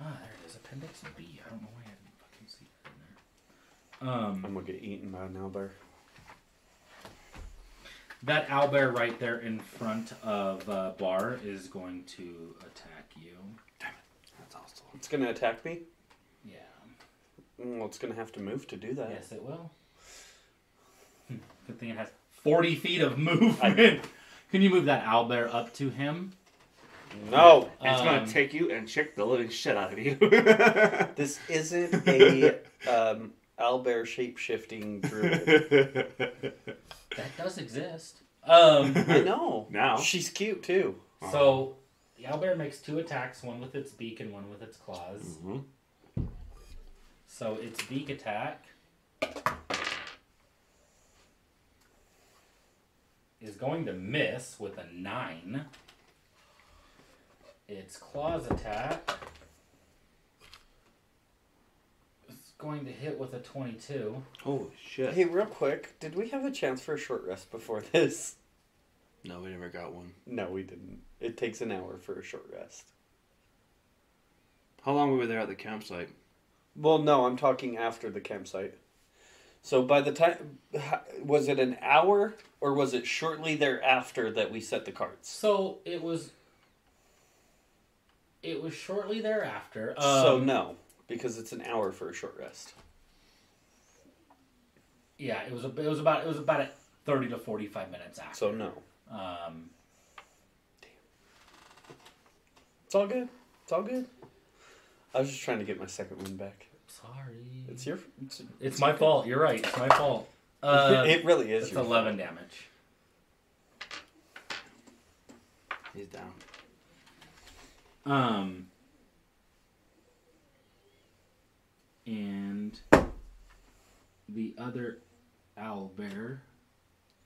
Ah, there it is, Appendix B. I don't know why I didn't fucking see that in there. Um, I'm gonna get eaten by an owlbear. That owlbear right there in front of uh, Bar is going to attack you. That's also. It's gonna attack me. Mm, Yeah. Well, it's gonna have to move to do that. Yes, it will. Hmm, Good thing it has 40 feet of movement. Can you move that owlbear up to him? No, And it's Um, gonna take you and chick the living shit out of you. this isn't a um, owlbear shape shifting druid. That does exist. Um, I know. Now. she's cute too. so the owlbear makes two attacks, one with its beak and one with its claws. Mhm. So its beak attack is going to miss with a nine. Its claws attack is going to hit with a twenty-two. Holy shit. Hey, real quick, did we have a chance for a short rest before this? No, we never got one. No, we didn't. It takes an hour for a short rest. How long were we there at the campsite? Well, no, I'm talking after the campsite. So by the time, was it an hour or was it shortly thereafter that we set the carts? So it was. It was shortly thereafter. Um, so no, because it's an hour for a short rest. Yeah, it was. A, it was about. It was about a thirty to forty-five minutes after. So no, Um, it's all good. It's all good. I was just trying to get my second win back. sorry. It's your. It's, It's my fault. You're right. It's my fault. Uh, it really is. it's your eleven damage. He's down. Um, and the other owl bear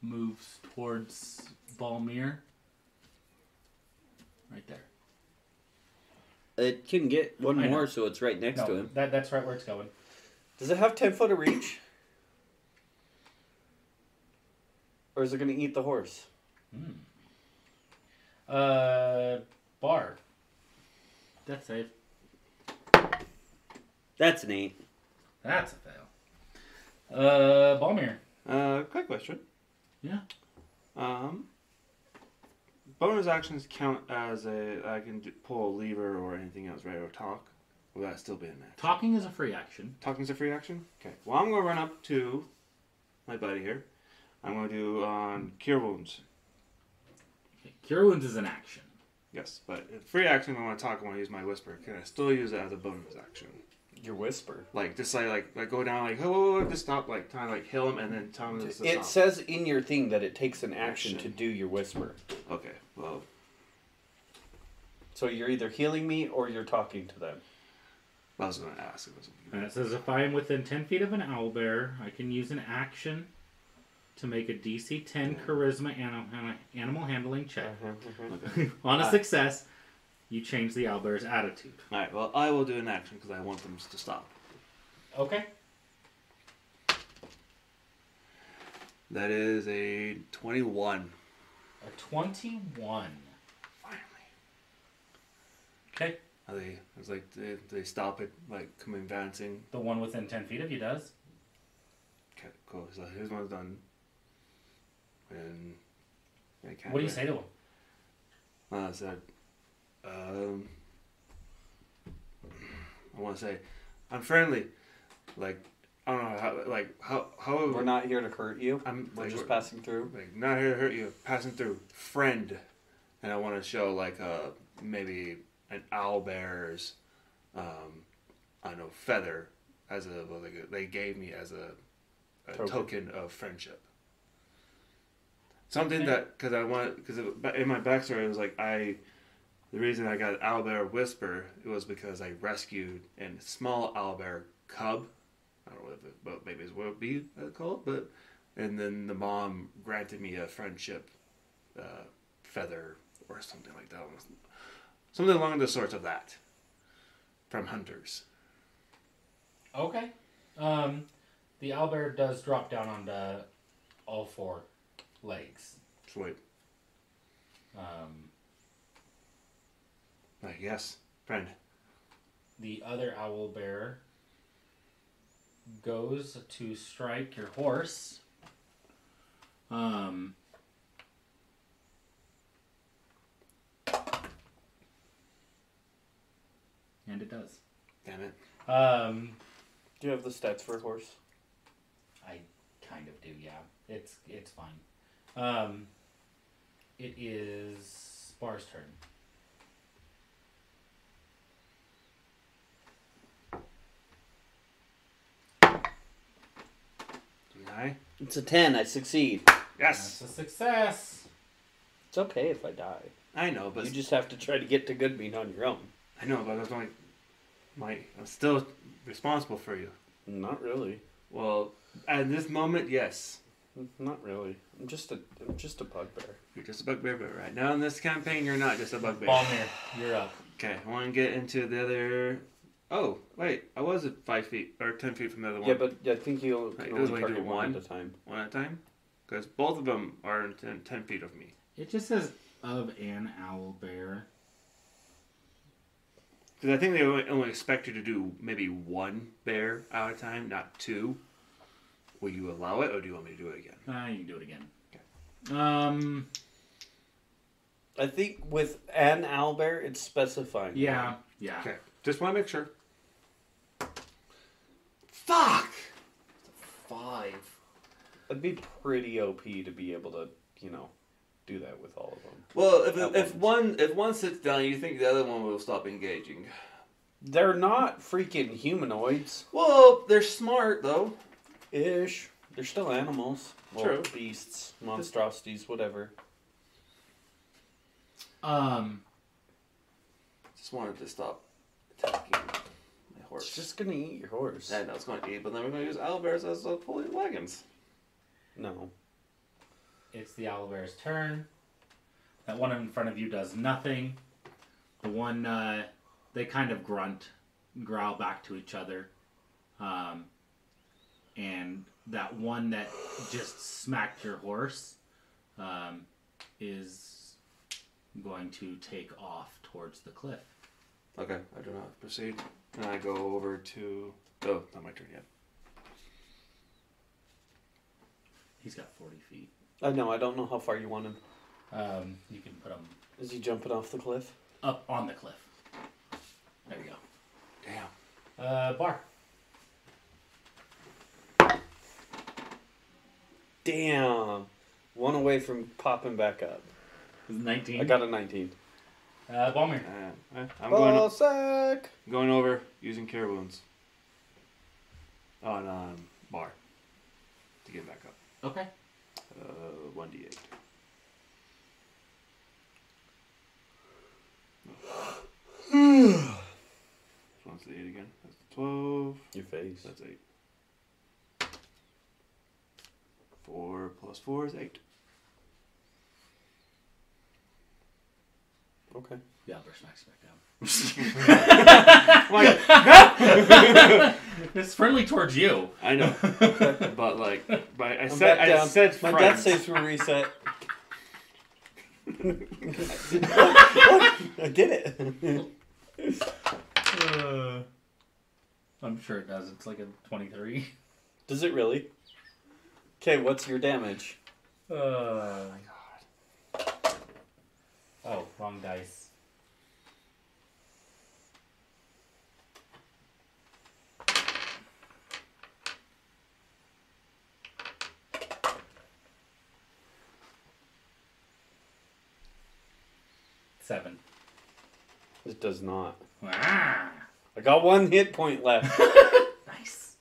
moves towards Balmir. Right there. It can get one I know. more, so it's right next No, that that's right where it's going. Does it have ten foot of reach? Or is it going to eat the horse? Uh, bar. Death save. That's an eight. That's a fail. Uh, Balmir. Uh, quick question. Yeah. Um, bonus actions count as a I can do, pull a lever or anything else, right? Or talk. Will that still be an action? Talking is a free action. Talking's a free action. Okay. Well, I'm gonna run up to my buddy here. I'm gonna do um, cure wounds. Okay, Cure wounds is an action. Yes, but if free action. I want to talk. I want to use my whisper. Can I still use it as a bonus action? Your whisper. Like just like like, like go down like oh whoa, whoa, whoa, just stop like kind of like heal him and then tell him this. is It stop. says in your thing that it takes an action to Action. do your whisper. okay. Well, So you're either healing me or you're talking to them. I was gonna ask. It was And it says if I am within 10 feet of an owl bear, I can use an action to make a DC 10 charisma animal, animal handling check. On a success, you change the owl bear's attitude. all right. Well, I will do an action because I want them to stop. Okay. That is a 21. A 21. Finally. Okay. Are they? It's like they, they stop it like come advancing. The one within 10 feet of you does. Okay, cool. So his one's done. And I can't. What do you say to him? I said, um, I want to say, I'm friendly. Like I don't know how. Like how how We're not here to hurt you. I'm We're like, just passing through. like not here to hurt you. Passing through, friend, and I want to show like a maybe an owl bear's, um, I don't know feather as a well, like they gave me as a, a token. of friendship. Something Okay. that because I want because in my backstory it was like I. The reason I got owlbear whisper it was because I rescued a small owlbear cub. I don't know if it, but maybe it's what it would be uh, called, but and then the mom granted me a friendship uh, feather or something like that, something along the sorts of that from hunters. Okay. Um, the owlbear does drop down on the all four legs. Sweet, Um, like yes, friend. the other owl bear goes to strike your horse. Um, and it does. Damn it. Um, Do you have the stats for a horse? I kind of do, yeah. It's it's fine. Um, it is Bar's turn. Did I? It's a ten. I succeed. Yes, That's a success. It's okay if I die. I know, but You just have to try to get to good being on your own. I know, but I was only my. I'm still responsible for you. Not really. Well, at this moment, yes. Not really. I'm just a I'm just a bugbear. You're just a bugbear, but right now in this campaign, you're not just a bugbear. Balmir, you're up. Okay, I want to get into the other. Oh wait, I was at five feet or ten feet from the other one. Yeah, but I think you Right, can it was only like target do one one. at a time. one at a time, because both of them are in 10, 10 feet of me. It just says of an owl bear. Because I think they only only expect you to do maybe one bear at a time, not two. Will you allow it, or do you want me to do it again? Ah, you can do it again. Um. I think with an owlbear, it's specifying. Yeah. Yeah. Okay, just want to make sure. Fuck! Five. It'd be pretty OP to be able to, you know, do that with all of them. Well, if, That if one if one sits down, you think the other one will stop engaging. They're not freaking humanoids. Well, they're smart though. Ish. They're still animals. Well, True. Beasts, monstrosities, whatever. Um. Just wanted to stop attacking my It's horse. just gonna eat your horse. And I was going to eat, but then we're going to use owlbears as uh, pulling wagons. No. It's the owl bear's turn. That one in front of you does nothing. The one uh, they kind of grunt, growl back to each other, um, and that one that just smacked your horse um, is going to take off towards the cliff. Okay, I do not proceed. And I go over to. Oh, not my turn yet. He's got forty feet. I know, I don't know how far you want him. Um, you can put him Is he jumping off the cliff? up on the cliff. There you Damn. go. Uh, bar. Damn. One away from popping back up. Nineteen. I got a 19. uh, Balmer. Uh, uh, I'm Ball going, sack! going over using care wounds on um, bar to get back up. Okay. Uh, 1d8. This one's the 8 again. That's 12. Your face. That's 8. 4 plus 4 is 8. Okay. Yeah, Albert smacks you back down. Like, It's friendly towards you. I know, but like, but I I'm said, back I down. said, My friend. death saves were reset. I did it. Uh, I'm sure it does. It's like a 23. Does it really? Okay, what's your damage? Uh, oh, wrong dice. Seven. It does not. Ah, I got one hit point left. nice.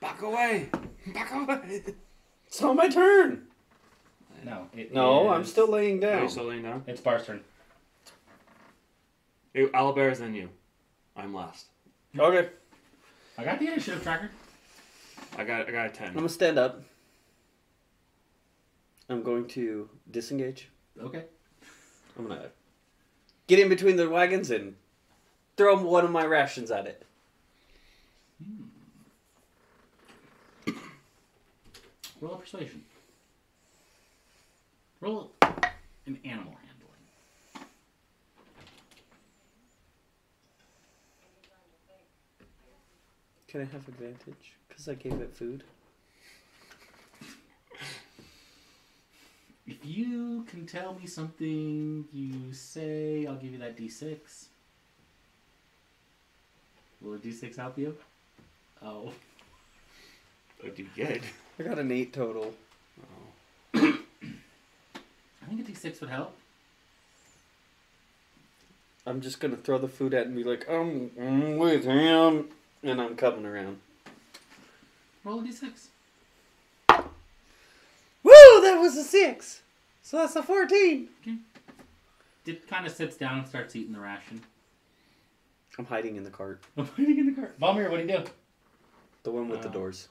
Back away! Back away! it's not my turn. No, it No, I'm is- still laying Are down. you still laying down? It's Bar's turn. Hey, Owlbear's then you. I'm last. Okay, I got the initiative tracker. I got I got a ten. I'm gonna stand up. I'm going to disengage. Okay. I'm gonna get in between the wagons and throw one of my rations at it. Roll a persuasion. Roll an animal handling. Can I have advantage? Because I gave it food. If you can tell me something you say, I'll give you that d6. Will a d6 help you? Oh. What do you get? I got an eight total. I think a d6 would help. I'm just gonna throw the food at it and be like, I'm, I'm with him, and I'm coming around. Roll a d6. Woo! That was a six. So that's a fourteen. It kind of sits down and starts eating the ration. I'm hiding in the cart, I'm hiding in the cart. Balmir, what do you do? the one with the Oh. doors.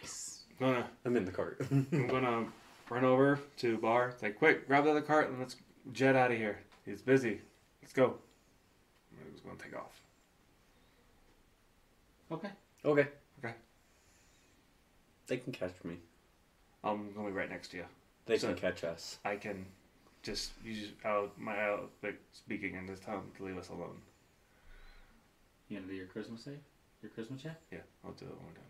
Nice. I'm gonna I'm in the cart. I'm gonna run over to Bar. It's like, quick, grab the other cart and let's jet out of here. He's busy. Let's go. I was gonna take off. Okay. okay. Okay. They can catch me. I'm gonna be right next to you. They So- can catch us. I can just use out my out like speaking in this tongue to leave us alone. You gonna do your Christmas save? Your Christmas check? Yeah, I'll do it when we're done.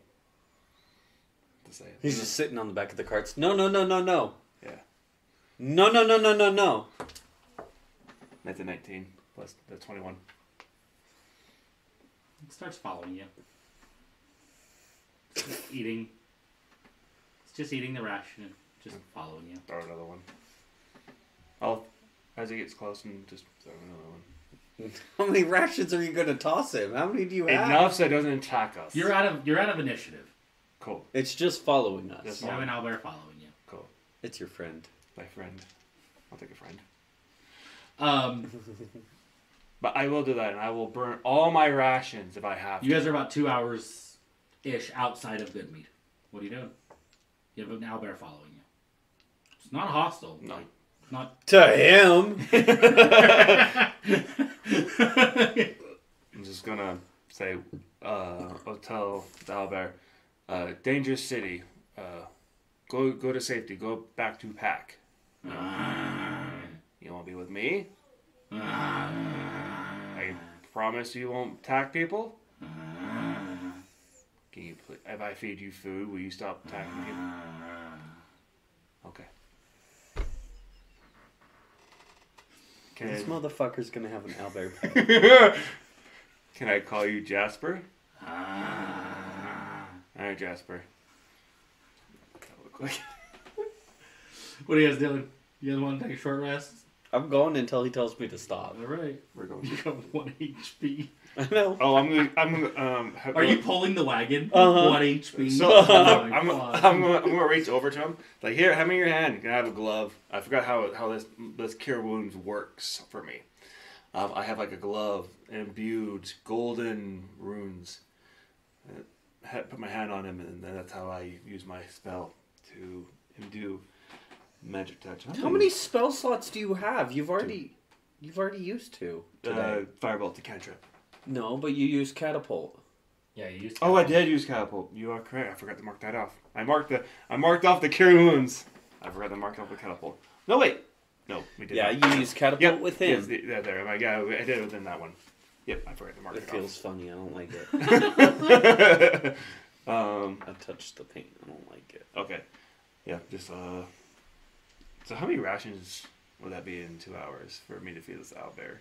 To say it. He's just sitting on the back of the carts. Mm. No, no, no, no, no. Yeah. No, no, no, no, no, no. That's a 19 plus the 21. It starts following you. It's just eating. It's just eating the ration and just following you. Throw another one. I'll as it gets close and just throw another one. How many rations are you gonna toss him? How many do you have? Enough so it doesn't attack us. Ah. You're out of you're out of initiative. cool. It's just following us. That's You have an owlbear following you. Cool. It's your friend. My friend. I'll take a friend. Um, But I will do that, and I will burn all my rations if I have you to. guys are about two hours ish outside of Goodmead. What are you doing? You have an owlbear following you. It's not hostile. No. like, it's not. To him. I'm just gonna say, uh, Hotel Dalbert, uh, dangerous city. Uh, go go to safety. Go back to pack. You want to be with me? I promise you won't attack people. Can you please, if I feed you food, will you stop attacking people? Okay. This Can, motherfucker's gonna have an owlbear. can I call you Jasper? Ah. All right, Jasper. That look like- What are you guys doing? You guys want to take a short rest? I'm going until he tells me to stop. All right. We're going. You got one HP. I know. Oh, I'm gonna. I'm gonna. Um, have- Are you pulling the wagon? Uh-huh. One HP. So Oh my I'm, gonna- God. I'm, gonna, I'm gonna reach over to him. Like here, hand me your hand. Can I have a glove? I forgot how how this this cure wounds works for me. Um, I have like a glove imbued golden runes. Uh, ha- Put my hand on him, and then that's how I use my spell to do magic touch. Uh, I'm How gonna many spell slots do you have? You've already, you've already used two use, today. Uh, firebolt to cantrip. no, but you used catapult. Yeah, you used. Oh, I did use catapult. You are correct. I forgot to mark that off. I marked the I marked off the cure wounds. I forgot to mark off the catapult. No wait. No, we did. Yeah, not. you use catapult Yep. with Yes, him. the- yeah, there. I got. I did it within that one. Yep, I forgot to mark it it, feels funny. I don't like it. off. um. I touched the paint. I don't like it. Okay. Yeah. Just uh. So how many rations would that be in two hours for me to feed this owlbear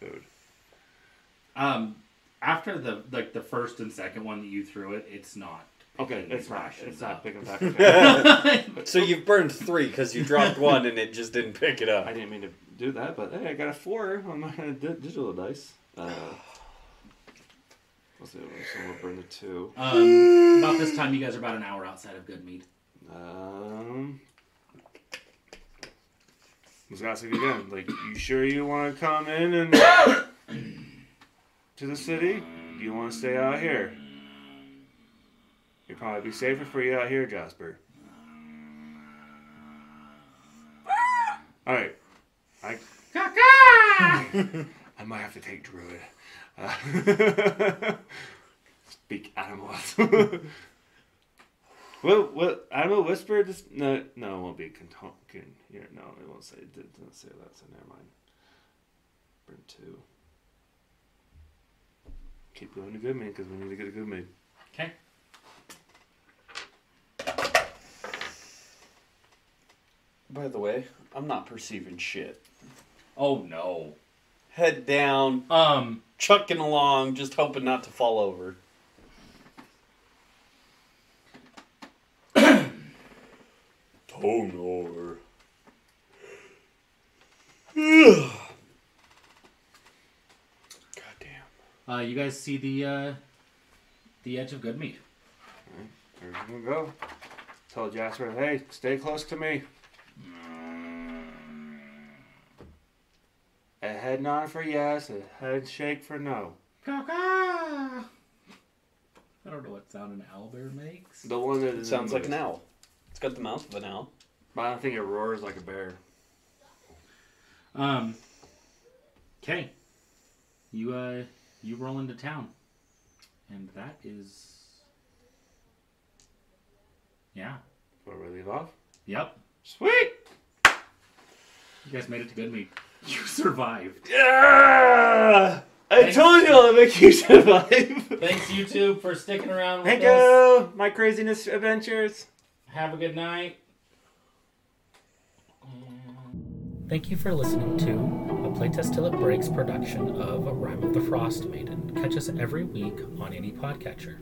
food? Um, after the like the first and second one that you threw it, it's not. Okay, picking it's not. rations It's not up. picking back. Okay. So you've burned three because you dropped one and it just didn't pick it I up. didn't mean to do that, but hey, I got a four on my di- digital dice. Uh, what's the other one? So we'll burn the two. Um, about this time, you guys are about an hour outside of Goodmead. Um, let's ask it again. Like, you sure you want to come in and to the city? Do you want to stay out here? It'd probably be safer for you out here, Jasper. All right, I. I might have to take Druid. Uh, speak animals. What what Animal Whisper? This no no it won't be conton can here no it won't say it did- doesn't say that so never mind. Burn two. Keep going to Goodman because we need to get a Goodman. Okay. By the way, I'm not perceiving shit. Oh no. Head down, Um, chucking along, just hoping not to fall over. Tone over. Goddamn. uh, you guys see the uh, the edge of Goodmead. There we go. Tell Jasper, hey, stay close to me. A head nod for yes, a head shake for no. Caw-caw. I don't know what sound an owlbear makes. The one that It sounds like an an owl. owl. It's got the mouth of an owl. But I don't think it roars like a bear. Um. Okay. You uh, you roll into town, and that is. Yeah. Where we leave off? Yep. Sweet! You guys made it to Goodmead. You survived. Yeah! I Thanks. told you I'll make you survive. Thanks YouTube for sticking around with Thank us. you, my craziness adventures. Have a good night. Thank you for listening to a Playtest Till It Breaks production of Rhyme of the Frost Maiden. Catch us every week on any podcatcher.